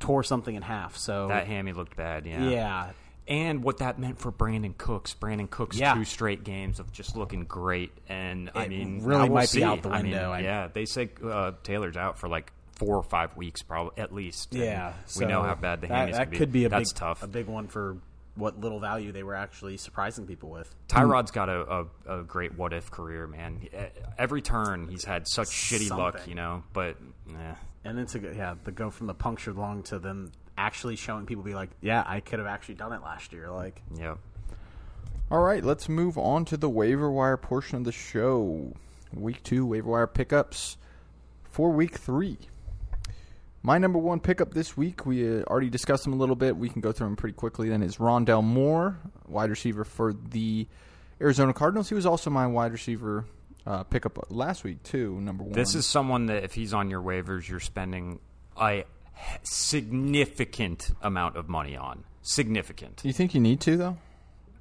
C: tore something in half. So
D: That hammy looked bad. Yeah.
C: yeah,
D: And what that meant for Brandon Cooks. Brandon Cooks
C: Yeah.
D: two straight games of just looking great, and I
C: It
D: mean,
C: really
D: now we'll
C: might be
D: see.
C: out the
D: I mean,
C: window. I-
D: yeah, they say uh, Taylor's out for like four or five weeks, probably at least. and
C: yeah.
D: we know
C: so
D: how bad the
C: that,
D: hammies
C: that
D: can be.
C: could be a
D: That's
C: big,
D: tough.
C: a big one for what little value they were actually surprising people with.
D: Tyrod's got a, a, a great what if career, man. E- Every turn he's had such shitty luck,
C: Something.
D: you know. But eh.
C: And then to go, yeah, the go from the punctured lung to them actually showing people be like, yeah, I could have actually done it last year. Like,
D: Yep.
E: All right, let's move on to the waiver wire portion of the show. Week two waiver wire pickups for week three. My number one pickup this week, we uh, already discussed him a little bit. We can go through him pretty quickly. Then is Rondell Moore, wide receiver for the Arizona Cardinals. He was also my wide receiver uh, pickup last week too. Number one.
D: This is someone that if he's on your waivers, you're spending a h- significant amount of money on. Significant
E: Do you think you need to though?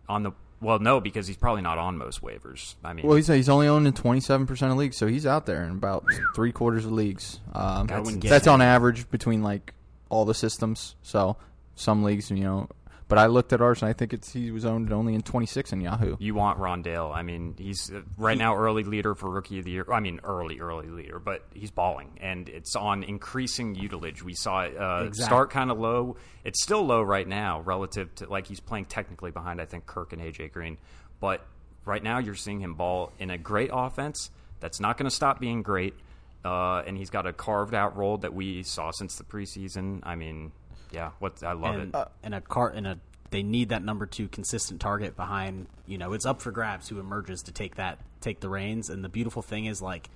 D: on the well, no, because he's probably not on most waivers. I mean,
E: Well, he's he's only owned in twenty seven percent of leagues, so he's out there in about three quarters of leagues. Um,
D: That's
E: that's,
D: insane.
E: on average between like all the systems. So some leagues, you know. But I looked at ours, and I think it's he was owned only in twenty six in Yahoo.
D: you want Rondale. I mean, he's uh, right now early leader for rookie of the year. I mean, early early leader, but he's balling, and it's on increasing utilage. We saw it uh,
C: Exact-
D: start kind of low. It's still low right now relative to like he's playing technically behind I think Kirk and AJ Green, but right now you're seeing him ball in a great offense that's not going to stop being great, uh, and he's got a carved out role that we saw since the preseason. I mean, yeah, what I love
C: and,
D: it.
C: and a car, and a, they need that number two consistent target behind, you know, it's up for grabs who emerges to take that, take the reins. And the beautiful thing is, like,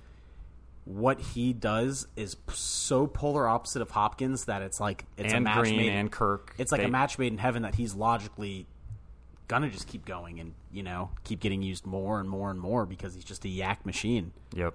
C: what he does is p- so polar opposite of Hopkins that it's like, it's a
D: and
C: match
D: Green
C: made
D: and Kirk,
C: it's like
D: they-
C: a match made in heaven that he's logically gonna just keep going and you know keep getting used more and more and more because he's just a yak machine.
D: Yep.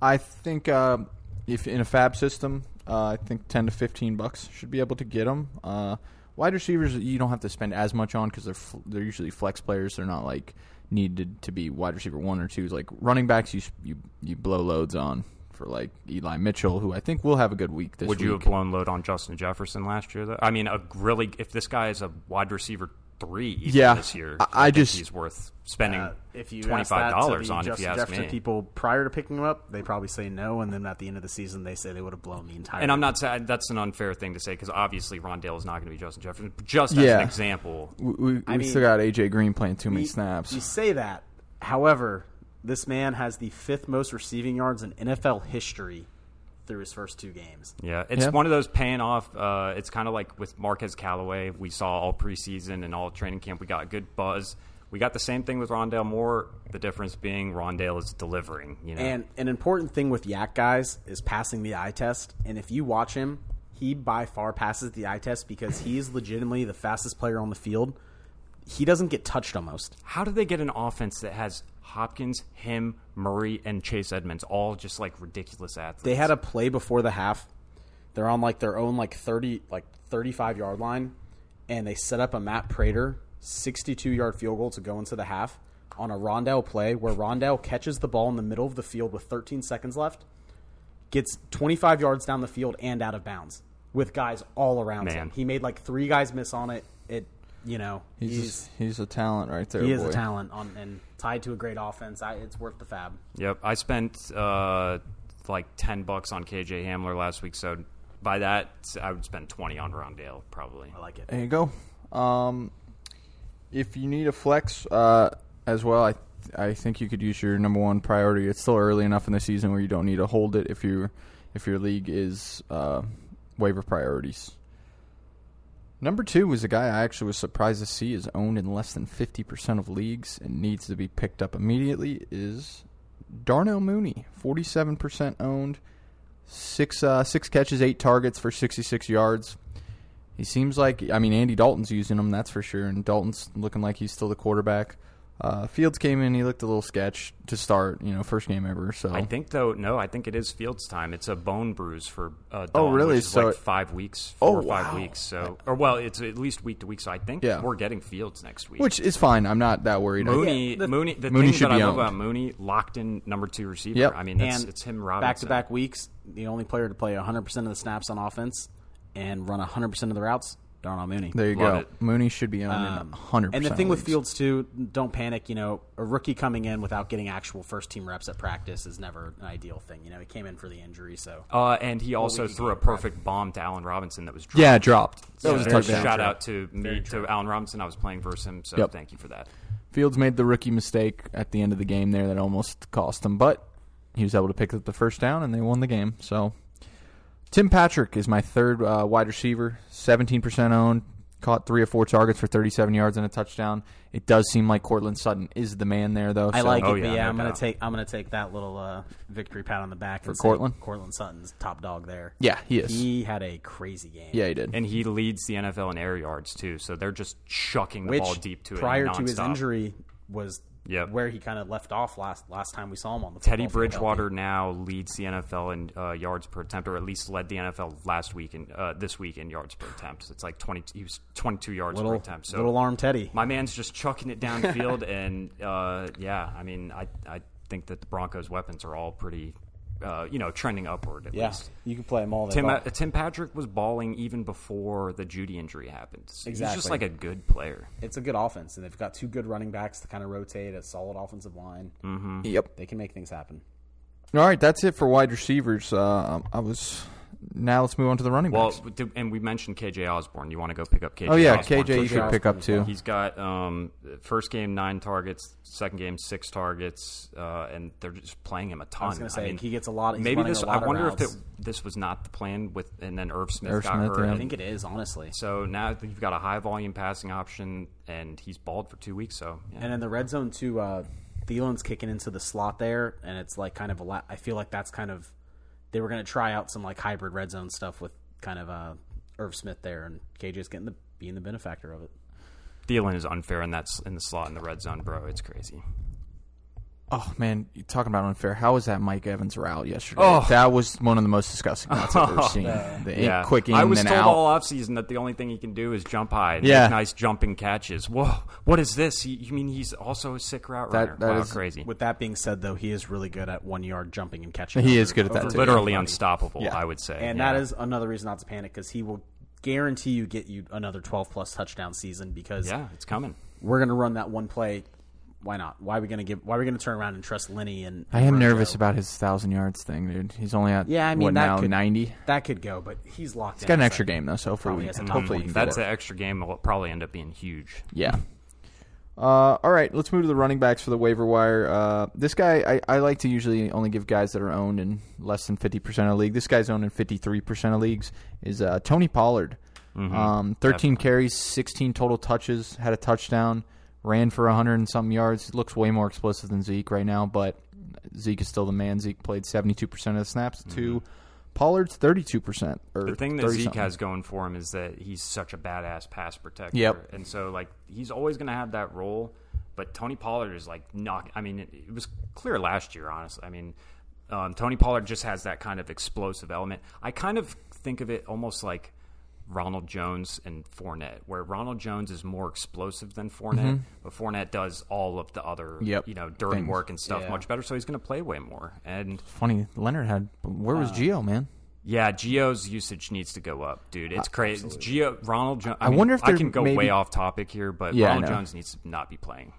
E: I think uh, if in a fab system, uh, I think ten to fifteen bucks should be able to get them. Uh, wide receivers, you don't have to spend as much on because they're fl- they're usually flex players. They're not like needed to be wide receiver one or two. Like running backs, you s- you you blow loads on for like Eli Mitchell, who I think will have a good week this
D: Would
E: week.
D: you have blown load on Justin Jefferson last year? Though I mean, a really if this guy is a wide receiver three, even
E: Yeah.
D: this year,
E: I- I
D: think
E: just-
D: he's worth spending
C: Uh, if you
D: twenty
C: ask that
D: five
C: to
D: dollars
C: the
D: on. if
C: Justin
D: you ask
C: Jefferson
D: me,
C: people prior to picking him up, they probably say no, and then at the end of the season they say they would have blown the entire.
D: and I'm not saying that's an unfair thing to say because obviously Rondale is not going to be Justin Jefferson. but Just as
E: Yeah.
D: an example,
E: We, we, we
C: mean-
E: still got AJ Green playing too many
C: You-
E: snaps.
C: You say that, however, this man has the fifth most receiving yards in NFL history through his first two games.
D: yeah, it's
E: Yeah.
D: one of those paying off. Uh, it's kind of like with Marquez Callaway. We saw all preseason and all training camp. We got a good buzz. We got the same thing with Rondale Moore. The difference being Rondale is delivering. You know,
C: And an important thing with Yak guys is passing the eye test. And if you watch him, he by far passes the eye test because he is legitimately the fastest player on the field. He doesn't get touched almost.
D: How do they get an offense that has Hopkins, him, Murray, and Chase Edmonds all just like ridiculous athletes?
C: They had a play before the half. They're on like their own like thirty like thirty five yard line, and they set up a Matt Prater sixty two yard field goal to go into the half on a Rondell play where Rondell catches the ball in the middle of the field with thirteen seconds left, gets twenty five yards down the field and out of bounds with guys all around
D: Man.
C: him. He made like three guys miss on it. It you know he's,
E: he's, he's a talent right there.
C: he is
E: boy.
C: a talent on and tied to a great offense. I, it's worth the fab.
D: Yep, I spent uh, like ten bucks on KJ Hamler last week, so by that I would spend twenty on Rondale probably.
E: Oh.
C: I like it.
E: There you go. Um, if you need a flex uh, as well, I I think you could use your number one priority. It's still early enough in the season where you don't need to hold it if you if your league is uh, waiver priorities. Number two was a guy I actually was surprised to see is owned in less than fifty percent of leagues and needs to be picked up immediately. Is Darnell Mooney forty seven percent owned, six uh, six catches, eight targets for sixty six yards. He seems like I mean Andy Dalton's using him, that's for sure, and Dalton's looking like he's still the quarterback. Uh, Fields came in. He looked a little sketch to start. You know, first game ever. So
D: I think though, no, I think it is Fields time. It's a bone bruise for uh,
E: Oh,
D: Dawn,
E: really?
D: Which is
E: So
D: like
E: it-
D: five weeks, four
E: Oh,
D: or five
E: wow.
D: weeks. So, or well, it's at least week to week. So I think
E: Yeah.
D: we're getting Fields next week.
E: which is fine. I'm not that worried. I-
D: Mooney, Mooney, the
E: Mooney
D: thing
E: should
D: that I
E: be
D: love
E: owned.
D: about Mooney, locked in number two receiver.
E: Yep.
D: I mean, that's, it's him, Robinson.
C: Back to back weeks, the only player to play 100% of the snaps on offense and run 100% of the routes, Darnell Mooney.
E: There you
D: Love
E: go.
D: it.
E: Mooney should be owned in
C: Um,
E: 100.
C: And the thing with Fields too, don't panic. You know, a rookie coming in without getting actual first team reps at practice is never an ideal thing. You know, he came in for the injury, so
D: Uh, and he also threw a perfect bomb to Allen Robinson that was dropped.
E: yeah, dropped. That
D: So
E: was a
D: there's
E: touchdown.
D: Shout out to me to Allen Robinson. I was playing versus him, so
E: Yep.
D: thank you for that.
E: Fields made the rookie mistake at the end of the game there that almost cost him, but he was able to pick up the first down and they won the game. So Tim Patrick is my third uh, wide receiver, 17% owned, caught three or four targets for 37 yards and a touchdown. It does seem like Cortland Sutton is the man there though.
C: I
E: so-
C: like
D: Oh,
C: it.
D: yeah,
C: but yeah,
D: no
C: I'm gonna
D: doubt.
C: take I'm gonna take that little uh, victory pat on the back for
E: Cortland?
C: Cortland Sutton's top dog there.
E: Yeah, he is.
C: He had a crazy game.
E: yeah, he did.
D: And he leads the NFL in air yards too, so they're just chucking the
C: which
D: ball deep to it
C: prior to his
D: nonstop.
C: injury was
D: Yep.
C: where he kind of left off last last time we saw him on the
D: Teddy
C: football field.
D: Bridgewater now leads the NFL in uh, yards per attempt, or at least led the NFL last week and uh, this week in yards per attempt. It's like twenty. He was twenty-two yards per
C: Little,
D: attempt. So
C: little arm Teddy.
D: my man's just chucking it
C: (laughs)
D: downfield, and uh, yeah, I mean, I I think that the Broncos' weapons are all pretty, uh, you know, trending upward at
C: Yeah,
D: least.
C: you can play him all. They
D: Tim,
C: want.
D: uh, Tim Patrick was balling even before the Judy injury happened. He's just
C: Exactly.
D: like a good player.
C: it's a good offense, and they've got two good running backs to kind of rotate a solid offensive line.
D: Mm-hmm.
E: Yep.
C: They can make things happen.
E: All right, that's it for wide receivers. Uh, I was now let's move on to the running
D: Well,
E: backs.
D: d- and we mentioned KJ Osborne. You want to go pick up KJ?
E: Oh yeah,
D: Osborne
E: KJ
D: for
E: you
D: sure.
E: should pick up too.
D: He's got um, first game nine targets, second game six targets, uh, and they're just playing him a ton.
C: I was going to say
D: I mean,
C: he gets a lot. He's
D: maybe
C: running
D: this.
C: A lot
D: I wonder
C: of
D: if
C: routes.
D: it, this was not the plan with, and then Irv Smith
E: Irv
D: got
E: Smith,
D: hurt.
E: yeah.
D: and
E: I
C: I think it is honestly.
D: so now you've got a high volume passing option, and he's balled for two weeks. So yeah.
C: And in the red zone too, uh, Thielen's kicking into the slot there, and it's like kind of a lot. I feel like that's kind of they were going to try out some like hybrid red zone stuff with kind of uh, Irv Smith there, and KJ's getting the being the benefactor of it.
D: Thielen is unfair in that s- in the slot in the red zone, bro. It's crazy.
E: Oh man, you're talking about unfair. How was that Mike Evans route yesterday?
D: Oh.
E: That was one of the most disgusting routes I've
D: (laughs)
E: ever seen. The in-
D: Yeah,
E: quick in
D: I was
E: and
D: told
E: out.
D: all offseason that the only thing he can do is jump high. And
E: Yeah.
D: make nice jumping catches. Whoa, what is this? He, you mean he's also a sick route
E: That-
D: runner?
E: that
D: wow,
E: is-
D: crazy.
C: With that being said, though, he is really good at one yard jumping and catching.
E: He
C: over-
E: is good at that,
C: over
E: too.
D: literally
C: everybody.
D: unstoppable.
E: Yeah.
D: I would say,
C: And
D: Yeah.
C: that is another reason not to panic because he will guarantee you get you another 12 plus touchdown season because
D: yeah, it's coming.
C: we're going to run that one play. Why not? Why are we going to give? Why are we going to turn around and trust Lenny and?
E: I am
C: Rojo?
E: nervous about his thousand yards thing, dude. He's only at
C: Yeah, I mean
E: what
C: that
E: now
C: could,
E: ninety. He's
C: That could go, but he's locked. He's
E: got an extra game though, so hopefully,
C: Probably
E: we,
C: has a
E: can-
C: top
E: hopefully he can
C: 25.
E: get
D: That's
E: it.
D: an extra game. that will probably end up being huge.
E: Yeah. Uh, all right, let's move to the running backs for the waiver wire. Uh, this guy, I, I like to usually only give guys that are owned in less than 50% of league. This guy's owned in 53% of leagues is uh, Tony Pollard.
D: Mm-hmm.
E: Um, 13 carries, 16 total touches, had a touchdown, ran for 100 and something yards. Looks way more explosive than Zeke right now, but Zeke is still the man. Zeke played 72% of the snaps to Pollard's 32%. Or
D: Mm-hmm. The thing that
E: 30
D: Zeke
E: something.
D: has going for him is that he's such a badass pass protector.
E: Yep.
D: And so, like, he's always going to have that role. But Tony Pollard is, like, knock. I mean, it, it was clear last year, honestly. I mean, um, Tony Pollard just has that kind of explosive element. I kind of think of it almost like Ronald Jones and Fournette, where Ronald Jones is more explosive than Fournette, but Fournette does all of the other,
E: Mm-hmm. Yep.
D: you know, dirty
E: Things.
D: work and stuff
C: Yeah.
D: much better. So he's going to play way more. And
E: Funny, Leonard had. Where
D: Uh,
E: was Geo, man?
D: yeah, Geo's usage needs to go up, dude. It's crazy. It's Geo Ronald Jones. I,
E: Uh, I
D: mean,
E: wonder if
D: I
E: they're
D: can go
E: maybe-
D: way off topic here, but
E: Yeah, I
D: Ronald
E: know.
D: Jones needs to not be playing.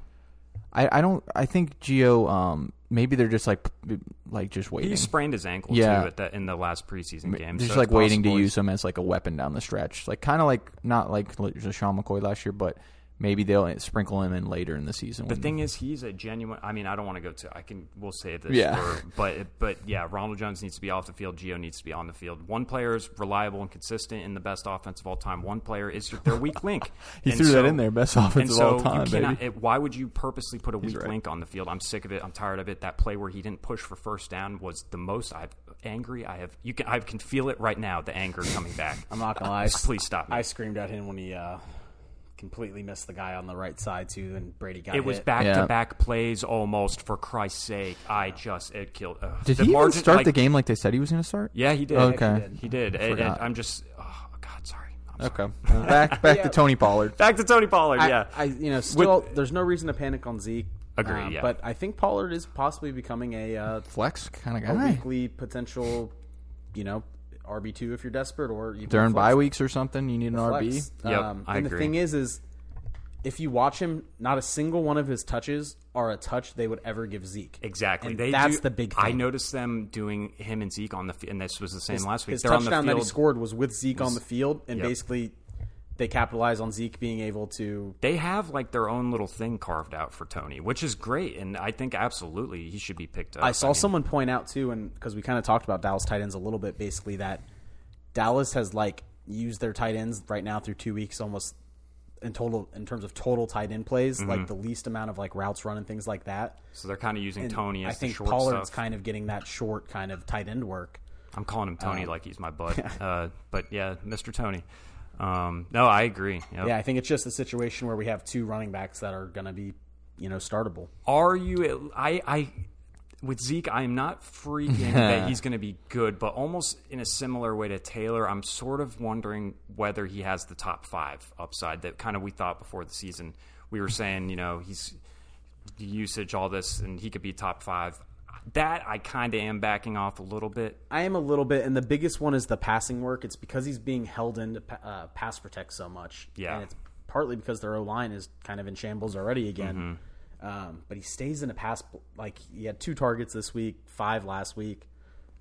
E: I, I don't I think Geo um maybe they're just like p- like just waiting.
D: He sprained his ankle
E: Yeah.
D: too at the, in the last preseason
E: they're
D: game.
E: just
D: so
E: like
D: it's
E: waiting to
D: possible
E: use him as like a weapon down the stretch. Like kind of like not like Deshaun McCoy last year, but maybe they'll sprinkle him in later in the season.
D: The
E: when-
D: thing is, he's a genuine. I mean, I don't want to go to. I can. We'll save this.
E: Yeah. (laughs)
D: For, but but yeah, Ronald Jones needs to be off the field. Geo needs to be on the field. One player is reliable and consistent in the best offense of all time. One player is their weak link.
E: (laughs) He
D: And
E: threw that
D: so-
E: in there, best offense
D: and
E: of
D: so
E: all time,
D: you cannot,
E: baby.
D: it- why would you purposely put a weak
E: right.
D: link on the field? I'm sick of it. I'm tired of it. That play where he didn't push for first down was the most I've angry. I have you can I can
E: (laughs)
D: feel it right now. The anger coming back.
C: I'm not gonna lie.
D: Please stop me.
C: I screamed at him when he uh, completely missed the guy on the right side too, and Brady got
D: It was
C: hit.
D: back
E: Yeah.
D: to back plays almost. For Christ's sake, I just it killed. ugh.
E: Did
D: The
E: he even
D: margin-
E: start
D: like-
E: the game like they said he was going to start?
D: Yeah, he did.
E: Okay.
D: he did. He did. And- and
E: forgot.
D: I'm just. Oh God, sorry. I'm sorry.
E: Okay. Well, back back to Tony Pollard.
D: Back to Tony Pollard.
C: I,
D: yeah.
C: I you know still there's no reason to panic on Zeke.
D: Agree,
C: um,
D: yeah.
C: But I think Pollard is possibly becoming a uh,
E: Flex kind of
C: a
E: guy.
C: weekly potential, you know, RB two if you're desperate or even
E: During
C: flex-
E: bye weeks or something, you need an RB.
C: flex. Um,
D: Yep, I
C: and
D: agree.
C: the thing is, is if you watch him, not a single one of his touches are a touch they would ever give Zeke.
D: Exactly.
C: And
D: They
C: that's
D: do-
C: the big
D: I
C: thing.
D: noticed them doing him and Zeke on the field, and this was the same last week.
C: His
D: They're on the
C: touchdown that he
D: field.
C: scored was with Zeke on the field, and
D: Yep.
C: basically they capitalize on Zeke being able to.
D: They have like their own little thing carved out for Tony, which is great, and I think absolutely he should be picked up.
C: I saw
D: mean,
C: someone point out too, and because we kind of talked about Dallas tight ends a little bit, basically that Dallas has like used their tight ends right now through two weeks almost in total in terms of total tight end plays,
D: Mm-hmm.
C: like the least amount of like routes run and things like that.
D: So they're kind of using
C: And
D: Tony as
C: I think
D: the short
C: Pollard's
D: stuff.
C: kind of getting that short kind of tight end work.
D: I'm calling him Tony like he's
C: (laughs)
D: my bud, uh, but yeah, Mr. Tony. Um, no, I agree. Yep.
C: Yeah, I think it's just a situation where we have two running backs that are going to be, you know, startable.
D: Are you? I I with Zeke, I am not
C: (laughs)
D: freaking that he's going to be good, but almost in a similar way to Taylor, I'm sort of wondering whether he has the top five upside that kind of we thought before the season. We were saying, you know, he's usage, all this, and he could be top five. That I kind of am backing off a little bit.
C: I am a little bit, and the biggest one is the passing work. It's because he's being held in to pa- uh, pass protect so much.
D: Yeah.
C: And it's partly because their O line is kind of in shambles already again.
D: Mm-hmm.
C: Um, but he stays in a pass, like, he had two targets this week, five last week.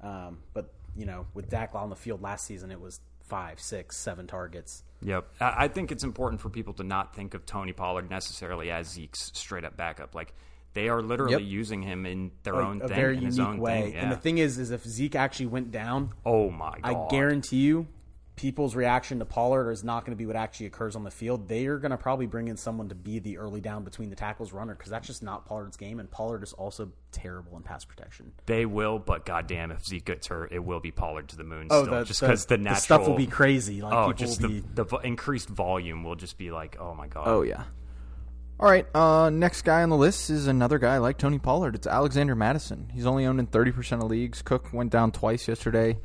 C: Um, but, you know, with Dak on the field last season, it was five, six, seven targets.
D: Yep. I I think it's important for people to not think of Tony Pollard necessarily as Zeke's straight up backup. Like they are literally
C: Yep.
D: using him in their
C: Like,
D: own
C: a
D: thing,
C: very
D: in
C: unique
D: his own
C: way.
D: thing. Yeah.
C: And the thing is, is if Zeke actually went down,
D: oh my god!
C: I guarantee you, people's reaction to Pollard is not going to be what actually occurs on the field. They are going to probably bring in someone to be the early down between the tackles runner because that's just not Pollard's game, and Pollard is also terrible in pass protection.
D: They will, but goddamn, if Zeke gets hurt, it will be Pollard to the moon.
C: Oh,
D: still,
C: the-
D: just
C: the-
D: because the,
C: the
D: natural
C: stuff will be crazy, like,
D: oh,
C: people
D: just
C: will
D: the,
C: be-
D: the vo- increased volume will just be like, oh my god.
E: Oh yeah. All right. Uh, next guy on the list is another guy like Tony Pollard. It's Alexander Madison. He's only owned in thirty percent of leagues. Cook went down twice yesterday.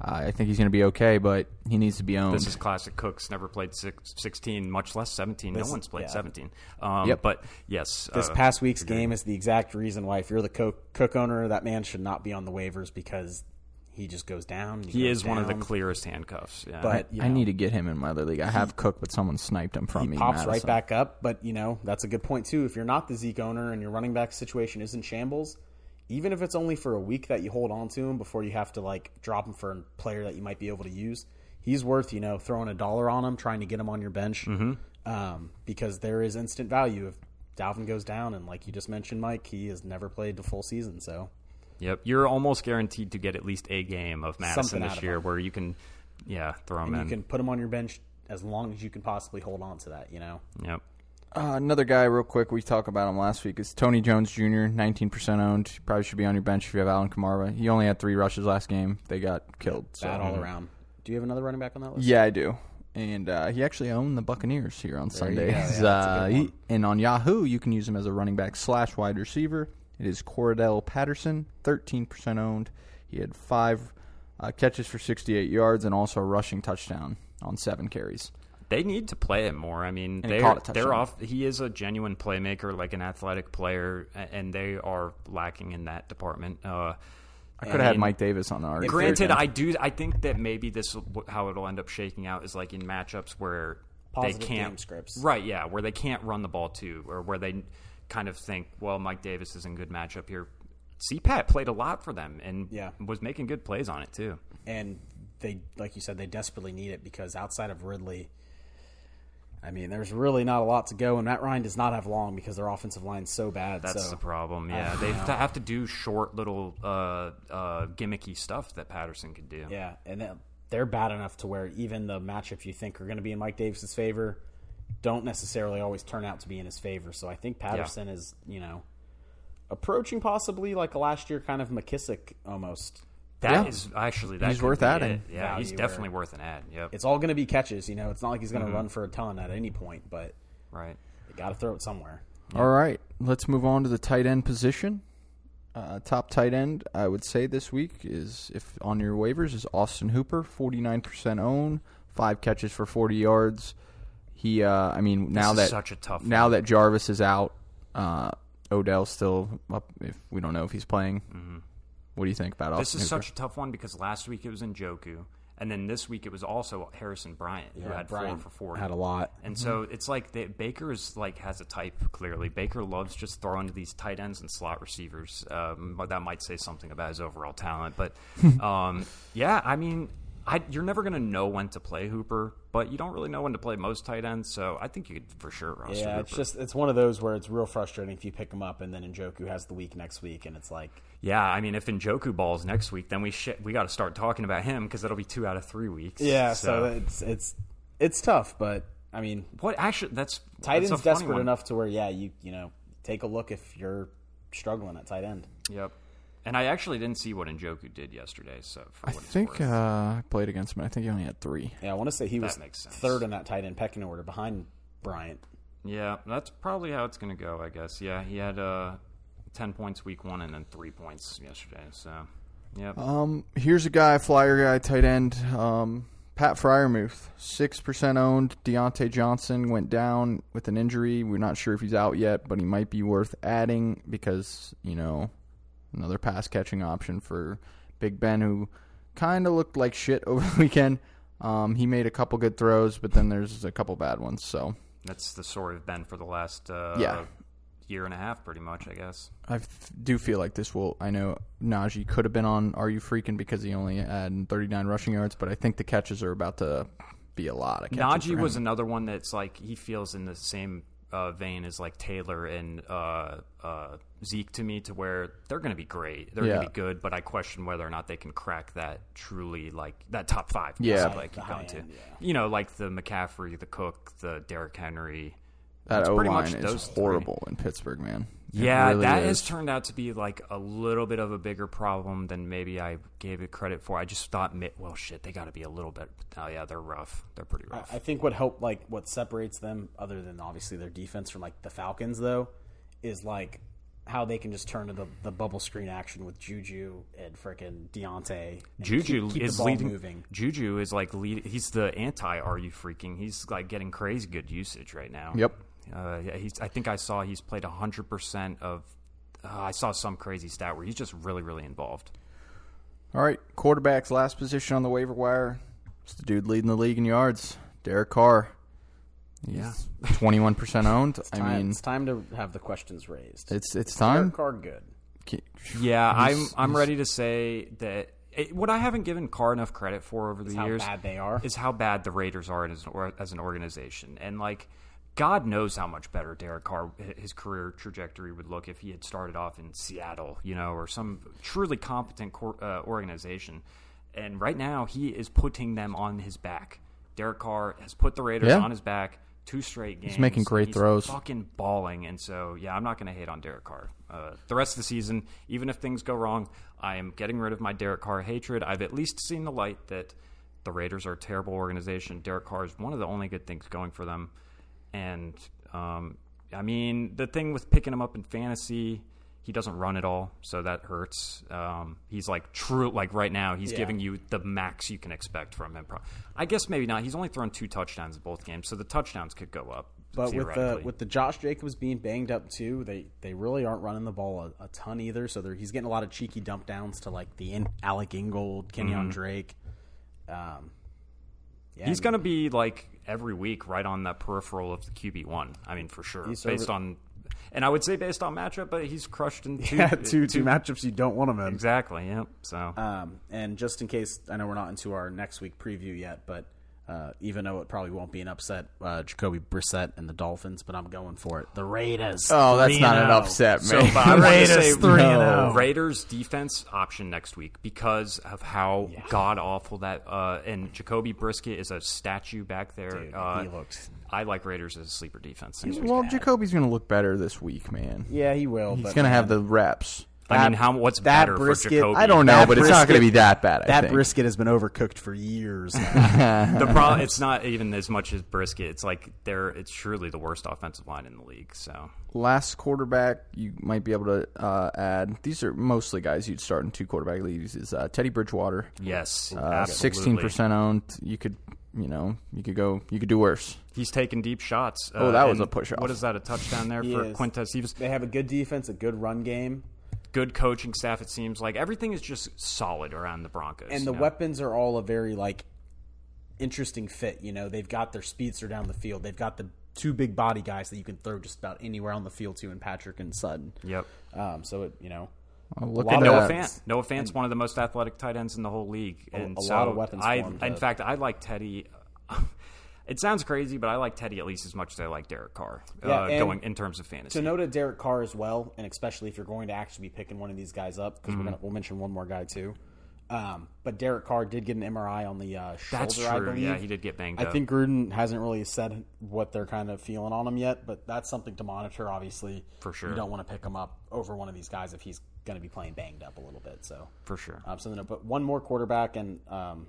E: Uh, I think he's going to be okay, but he needs to be owned.
C: mm.
D: This is classic Cooks. Never played six, 16, much less 17.
C: This-
D: no one's played
C: yeah.
D: 17. Um,
E: Yep.
D: But yes,
C: This
D: uh,
C: past week's game is the exact reason why, if you're the Cook, Cook owner, that man should not be on the waivers because he just goes down.
D: he
C: goes
D: is one of the
C: down,
D: clearest handcuffs. Yeah.
C: But you
E: I
C: know,
E: need to get him in my other league. I have Cook, but someone sniped him from
C: He
E: me.
C: pops
E: Madison.
C: right back up, but you know that's a good point too. If you're not the Zeke owner and your running back situation is in shambles, even if it's only for a week that you hold on to him before you have to like drop him for a player that you might be able to use, he's worth you know throwing a dollar on him, trying to get him on your bench,
E: Mm-hmm.
C: um, because there is instant value if Dalvin goes down, and like you just mentioned, Mike, he has never played the full season, so
D: (laughs) yep, you're almost guaranteed to get at least a game of Madison
C: Something out
D: this
C: of
D: year
C: him.
D: where you can, yeah, throw him
C: and
D: in.
C: you can put him on your bench as long as you can possibly hold on to that, you know.
D: yep.
E: Uh, another guy, real quick. We talked about him last week. Is Tony Jones Jr. Nineteen percent owned. He probably should be on your bench if you have Alan Kamara. He only had three rushes last game. They got killed. So.
C: Bad all around. Do you have another running back on that list?
E: Yeah, I do. And uh, he actually owned the Buccaneers here on
C: go.
E: Sunday. (laughs)
C: Yeah, that's a good
E: Uh, he- and on Yahoo, you can use him as a running back slash wide receiver. It is Cordell Patterson, 13% owned. He had five uh, catches for 68 yards and also a rushing touchdown on seven carries.
D: They need to play it more. I mean,
E: he
D: they're,
E: caught a touchdown.
D: they're off. He is a genuine playmaker, like an athletic player, a- and they are lacking in that department. Uh,
E: I could have had Mike Davis on our.
D: granted, I do. I think that maybe this will- how it'll end up shaking out is like in matchups where
C: Positive
D: they can't
C: game scripts.
D: Right? Yeah, where they can't run the ball too, or where they kind of think, well, Mike Davis is in good matchup here. CPAT played a lot for them and
C: Yeah.
D: was making good plays on it too.
C: and they like you said they desperately need it because outside of Ridley I mean there's really not a lot to go and Matt Ryan does not have long because their offensive line's so bad
D: That's
C: so
D: the problem. Yeah, they have to, have to do short little uh, uh, gimmicky stuff that Patterson could do.
C: yeah and then they're bad enough to where even the matchup you think are going to be in Mike Davis's favor don't necessarily always turn out to be in his favor so I think Patterson is you know approaching possibly like a last year kind of McKissick almost
D: That
E: Yeah.
D: is actually that
E: He's
D: could
E: worth
D: be
E: adding.
D: it. Yeah, he's
C: Value
D: definitely worth an ad. Yep.
C: It's all going to be catches. You know, it's not like he's
D: Mm-hmm.
C: going to run for a ton at any point, but
D: right.
C: you got to throw it somewhere.
E: All right, let's move on to the tight end position. Uh, top tight end, I would say this week is if on your waivers is Austin Hooper, forty nine percent own, five catches for forty yards. He, uh, I mean, now
D: is
E: that
D: such a tough
E: now that Jarvis is out, uh, Odell's still up. If we don't know if he's playing, what do you think
C: Oh,
E: about
D: Mm-hmm. This
E: Austin
D: is
E: Hooper?
D: such a tough one because last week it was in Joku, and then this week it was also Harrison Bryant who had
C: Bryant
D: four for four.
C: Had a lot. Mm-hmm.
D: And so it's like the, Baker is like has a type clearly. Baker loves just throwing to these tight ends and slot receivers. Um, but that might say something about his overall talent.
C: (laughs)
D: But um, yeah, I mean, I, you're never going to know when to play Hooper, but you don't really know when to play most tight ends. So I think you could for sure roster
C: Yeah,
D: Hooper.
C: it's just it's one of those where it's real frustrating if you pick him up and then Njoku has the week next week and it's like
D: yeah, I mean, if Njoku balls next week, then we sh- we got to start talking about him because that'll be two out of three weeks.
C: yeah, so, it's it's it's tough, but I mean,
D: what actually that's
C: tight
D: that's a
C: end's
D: funny
C: desperate
D: one.
C: enough to where yeah, you you know take a look if you're struggling at tight end.
D: Yep. And I actually didn't see what Njoku did yesterday. So for
E: I
D: what it's
E: think
D: worth.
E: uh, I played against him. I think he only had three.
C: Yeah, I want to say he was
D: makes sense.
C: third in that tight end pecking order behind Bryant.
D: Yeah, that's probably how it's going to go, I guess. Yeah, he had uh, 10 points week one and then three points yesterday. So, yep.
E: Um, here's a guy, flyer guy, tight end. Um, Pat Fryermuth, six percent owned. Deontay Johnson went down with an injury. We're not sure if he's out yet, but he might be worth adding because you know another pass catching option for Big Ben, who kind of looked like shit (laughs) over the weekend. Um, he made a couple good throws, but then there's a couple bad ones. So
D: that's the story of Ben for the last uh,
E: Yeah.
D: year and a half, pretty much, I guess.
E: I f- do feel like this will. I know Najee could have been on Are You Freaking because he only had 39 rushing yards, but I think the catches are about to be a lot of catches.
D: Najee
E: for him.
D: was another one that's like he feels in the same uh, vein as like Taylor and uh, uh, Zeke to me, to where they're going to be great, they're
E: Yeah.
D: going to be good, but I question whether or not they can crack that truly like that top five.
E: Yeah.
D: basically, I keep going to, you know, like the McCaffrey, the Cook, the Derrick Henry.
E: that
D: It's
E: O
D: pretty
E: line
D: much
E: is
D: those three.
E: horrible in Pittsburgh, man. It
D: Yeah,
E: really
D: that
E: is.
D: has turned out to be like a little bit of a bigger problem than maybe I gave it credit for. I just thought, mi- well, shit, they got to be a little bit. Oh yeah, they're rough. They're pretty rough.
C: I think what helped, like, what separates them, other than obviously their defense from like the Falcons, though, is like how they can just turn to the, the bubble screen action with Juju and frickin' Deontay. and
D: Juju
C: keep- keep the
D: is
C: ball
D: leading.
C: moving.
D: Juju is like lead. He's the anti. Are you freaking? He's like getting crazy good usage right now.
E: Yep.
D: Uh, yeah, he's. I think I saw he's played hundred percent of. Uh, I saw some crazy stat where he's just really, really involved.
E: All right, quarterback's last position on the waiver wire. It's the dude leading the league in yards, Derek Carr. (laughs)
D: Yeah.
E: 21% owned. I
C: Time-
E: mean,
C: it's time to have the questions raised.
E: it's it's
C: Derek
E: time.
C: Carr good.
E: Ki-
D: Yeah, I'm. I'm ready to say that. It, what I haven't given Carr enough credit for over the
C: How
D: years
C: bad they are.
D: is how bad the Raiders are as an, or, as an organization, and like God knows how much better Derek Carr his career trajectory would look if he had started off in Seattle, you know, or some truly competent cor- uh, organization. And right now, he is putting them on his back. Derek Carr has put the Raiders
E: Yeah.
D: on his back two straight games.
E: making great throws.
D: Fucking balling, and so yeah, I'm not going to hate on Derek Carr. Uh, the rest of the season, even if things go wrong, I am getting rid of my Derek Carr hatred. I've at least seen the light that the Raiders are a terrible organization. Derek Carr is one of the only good things going for them, and um, I mean the thing with picking him up in fantasy. He doesn't run at all, so that hurts. Um, he's like true, like right now, he's
C: Yeah.
D: giving you the max you can expect from him. Pro- I guess maybe not. He's only thrown two touchdowns in both games, so the touchdowns could go up.
C: But with the
D: theoretically.
C: with the Josh Jacobs being banged up too, they, they really aren't running the ball a, a ton either. So they're, he's getting a lot of cheeky dump downs to like the in, Alec Ingold, Kenyon Drake. Um, yeah,
D: He's going to be like every week right on that peripheral of the QB one. I mean, for sure,
C: He's
D: based
C: over-
D: on, and I would say based on matchup, but he's crushed in
C: (laughs)
D: two, e-,
C: yeah, two two matchups you don't want him in.
D: exactly. Yep. So
C: Um, and just in case, I know we're not into our next week preview yet, but uh, even though it probably won't be an upset, uh, Jacoby Brissett and the Dolphins, but I'm going for it. The Raiders.
E: Oh, that's not
C: 3-0.
E: an upset,
D: So,
E: man.
D: but I want to
C: Raiders oh.
D: say
C: 3-0.
D: Raiders defense option next week because of how god awful that uh, and Jacoby Brisket is a statue back there.
C: Dude,
D: uh,
C: he looks.
D: I like Raiders as a sleeper defense. next week.
E: well, Jacoby's going to look better this week, man.
C: Yeah, he will.
E: He's
C: but
E: going to have
C: man,
E: the reps.
D: I mean, how what's
C: that
D: better
C: brisket-
D: for Jacoby?
C: I
E: I don't know,
C: That
E: but it's not
C: brisket-
E: going to be that bad. I
C: that
E: think.
C: brisket has been overcooked for years. now.
D: The problem it's not even as much as brisket. It's like they're it's truly the worst offensive line in the league. So
E: last quarterback you might be able to uh, add. These are mostly guys you'd start in two quarterback leagues. Is uh, Teddy Bridgewater,
D: yes,
E: Uh, sixteen
D: absolutely.
E: percent owned. You could, you know, you could go, you could do worse.
D: He's taking deep shots. uh,
E: Oh, that was
D: and
E: a push off.
D: What is that? A touchdown there for
C: is.
D: Quintez? He was
C: (laughs) they have a good defense, a good run game,
D: good coaching staff. It seems like everything is just solid around the Broncos.
C: and the
D: you know?
C: weapons are all a very like interesting fit. You know, they've got their speedster down the field. They've got the two big body guys that you can throw just about anywhere on the field to, and Patrick and Sutton.
D: Yep.
C: Um, so it, you know,
E: I'll look
C: lot
E: at
C: of
D: Noah
E: that.
C: weapons.
D: Fant. Noah Fant's one of the most athletic tight ends in the whole league, and
C: a
D: so
C: lot of weapons
D: I,
C: for him
D: in
C: to-
D: fact, I like Teddy. (laughs) It sounds crazy, but I like Teddy at least as much as I like Derek Carr.
C: Yeah,
D: uh,
C: and
D: going in terms of fantasy.
C: to note to Derek Carr as well, and especially if you're going to actually be picking one of these guys up,
D: Mm-hmm.
C: because we're gonna we'll mention one more guy too. Um, but Derek Carr did get an MRI on the uh, shoulder.
D: That's
C: I
D: true.
C: believe.
D: Yeah, he did get banged
C: I
D: up.
C: think Gruden hasn't really said what they're kind of feeling on him yet, but that's something to monitor. Obviously,
D: For sure.
C: you don't want to pick him up over one of these guys if he's going to be playing banged up a little bit. So
D: for sure.
C: um, something. to- But one more quarterback, and um,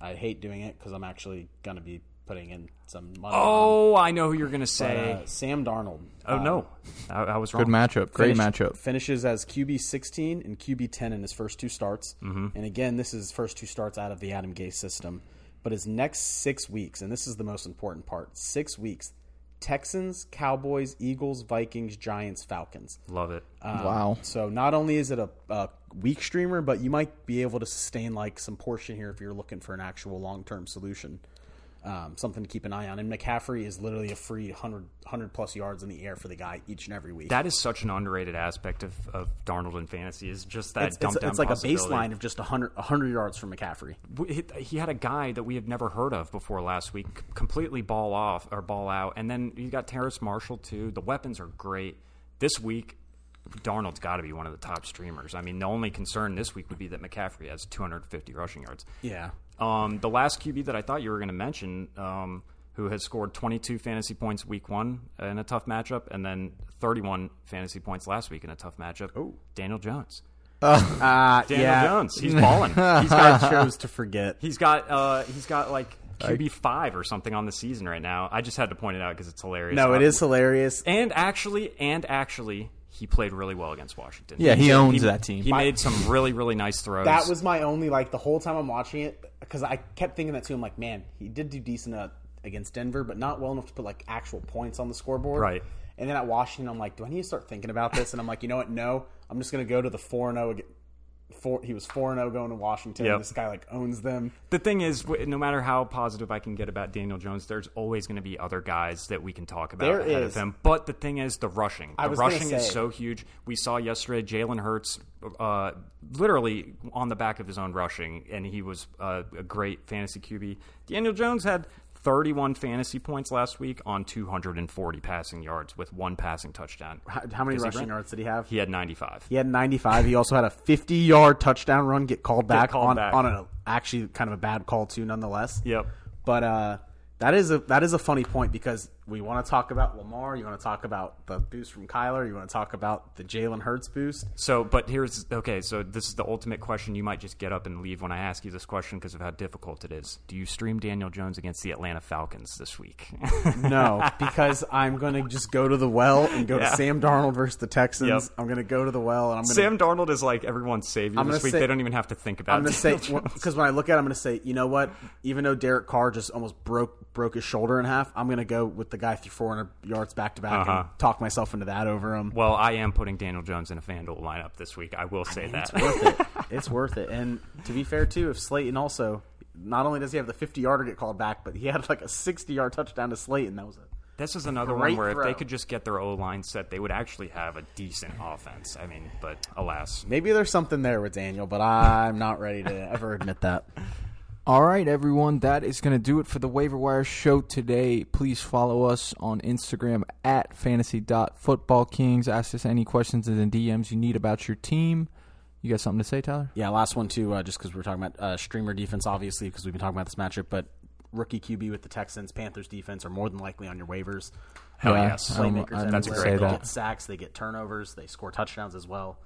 C: I hate doing it because I'm actually going to be putting in some money. on,
D: Oh, I know who you're going to
C: uh,
D: say.
C: Sam Darnold.
D: oh no, I, I was wrong.
E: Good matchup. Great
C: Finish-
E: matchup.
C: Finishes as QB 16 and QB 10 in his first two starts.
E: Mm-hmm.
C: And again, this is his first two starts out of the Adam Gase system. But his next six weeks, and this is the most important part six weeks Texans, Cowboys, Eagles, Vikings, Giants, Falcons.
D: Love it.
E: wow.
C: So not only is it a, a weak streamer, but you might be able to sustain like some portion here if you're looking for an actual long term solution. Um, something to keep an eye on. And McCaffrey is literally a free 100, 100 plus yards in the air for the guy each and every week.
D: That is such an underrated aspect of, of Darnold in fantasy is just that
C: it's,
D: dump
C: it's,
D: down
C: it's like a
D: possibility.
C: baseline of just 100, 100 yards from McCaffrey.
D: We- he- He had a guy that we had never heard of before last week c- completely ball off or ball out, and then you got Terrace Marshall too. The weapons are great this week. Darnold's got to be one of the top streamers. I mean, the only concern this week would be that McCaffrey has 250 rushing yards.
C: Yeah.
D: Um, the last QB that I thought you were going to mention, um, who has scored 22 fantasy points week one in a tough matchup, and then 31 fantasy points last week in a tough matchup. Oh, Daniel Jones.
C: Uh, (laughs)
D: Daniel Jones. He's balling. He's got.
C: chose to forget.
D: He's got. Uh, he's got like QB five or something on the season right now. I just had to point it out because it's hilarious.
C: No,
D: how-
C: it is hilarious.
D: And actually, and actually. He played really well against Washington.
E: Yeah, he owns that team.
D: He made some really, really nice throws.
C: That was my only, like, the whole time I'm watching it, because I kept thinking that too. I'm like, man, he did do decent uh, against Denver, but not well enough to put, like, actual points on the scoreboard.
D: Right.
C: And then at Washington, I'm like, do I need to start thinking about this? And I'm like, you know what? No, I'm just going to go to the 4 0. Four, he was 4 0 going to Washington.
D: Yep.
C: This guy, like, owns them.
D: the thing is, w- no matter how positive I can get about Daniel Jones, there's always going to be other guys that we can talk about
C: There
D: ahead
C: is.
D: of him. But the thing is, the rushing. The
C: was gonna
D: rushing is
C: say-
D: so huge. We saw yesterday Jalen Hurts uh, literally on the back of his own rushing, and he was uh, a great fantasy QB. Daniel Jones had 31 fantasy points last week on 240 passing yards with one passing touchdown.
C: How, how many
D: Is he
C: rushing
D: Brent?
C: yards did he have?
D: He had 95.
C: He had 95. He also had a 50 yard touchdown run get called back
D: called
C: on
D: back.
C: on a actually kind of a bad call too, nonetheless.
D: Yep.
C: But uh, that is a that is a funny point because we want to talk about Lamar. You want to talk about the boost from Kyler. You want to talk about the Jalen Hurts boost.
D: So, but here's okay. So this is the ultimate question. You might just get up and leave when I ask you this question because of how difficult it is. Do you stream Daniel Jones against the Atlanta Falcons this week? (laughs)
C: No, because I'm going to just go to the well and go
D: Yeah.
C: to Sam Darnold versus the Texans.
D: Yep.
C: I'm going to go to the well and I'm going to
D: Sam Darnold is like everyone's savior
C: I'm
D: this
C: gonna
D: week.
C: say-
D: they don't even have to think about.
C: I'm gonna
D: Daniel
C: say
D: Jones.
C: because when I look at, it, I'm gonna say, you know what? Even though Derek Carr just almost broke broke his shoulder in half, I'm gonna go with the guy through 400 yards back to back and talk myself into that over him.
D: Well, I am putting Daniel Jones in a FanDuel lineup this week. I will say that.
C: It's worth it. It's worth it. And to be fair, too, if Slayton also not only does he have the 50 yarder get called back, but he had like a 60 yard touchdown to Slayton. That was a
D: this is another one
C: Great
D: where if
C: throw.
D: they could just get their O line set, they would actually have a decent offense. I mean, but alas,
C: maybe there's something there with Daniel, but I'm not ready to ever admit that.
E: All right, everyone, that is going to do it for the waiver wire show today. Please follow us on Instagram at fantasy.footballkings. Ask us any questions in the DMs you need about your team. You got something to say, Tyler?
C: Yeah, last one too. Uh, just because we're talking about uh, streamer defense, obviously, because we've been talking about this matchup. But rookie QB with the Texans, Panthers defense are more than likely on your waivers.
D: hell
E: Yeah,
D: yes,
E: um,
C: Playmakers
E: I'm
C: everywhere.
D: that's a great
C: They
D: call.
C: get sacks, they get turnovers, they score touchdowns as well.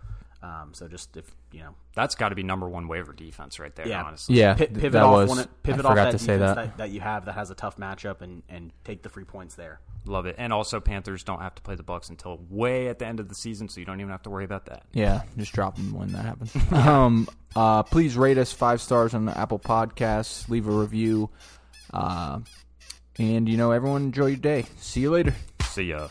C: Um, so just if you know,
D: That's got to be number one waiver defense right there.
C: Yeah.
D: honestly.
E: Yeah,
C: pi-
E: th-
C: pivot
E: that
C: off
E: was.
C: one, of- pivot
E: I forgot
C: off that
E: to say
C: defense
E: that.
C: that you have that has a tough matchup and and take the three points there.
D: love it. And also, Panthers don't have to play the Bucks until way at the end of the season, so you don't even have to worry about that.
E: Yeah, just drop them when that happens. um, uh, please rate us five stars on the Apple Podcasts. Leave a review. Uh, and you know, everyone enjoy your day. See you later.
D: See ya.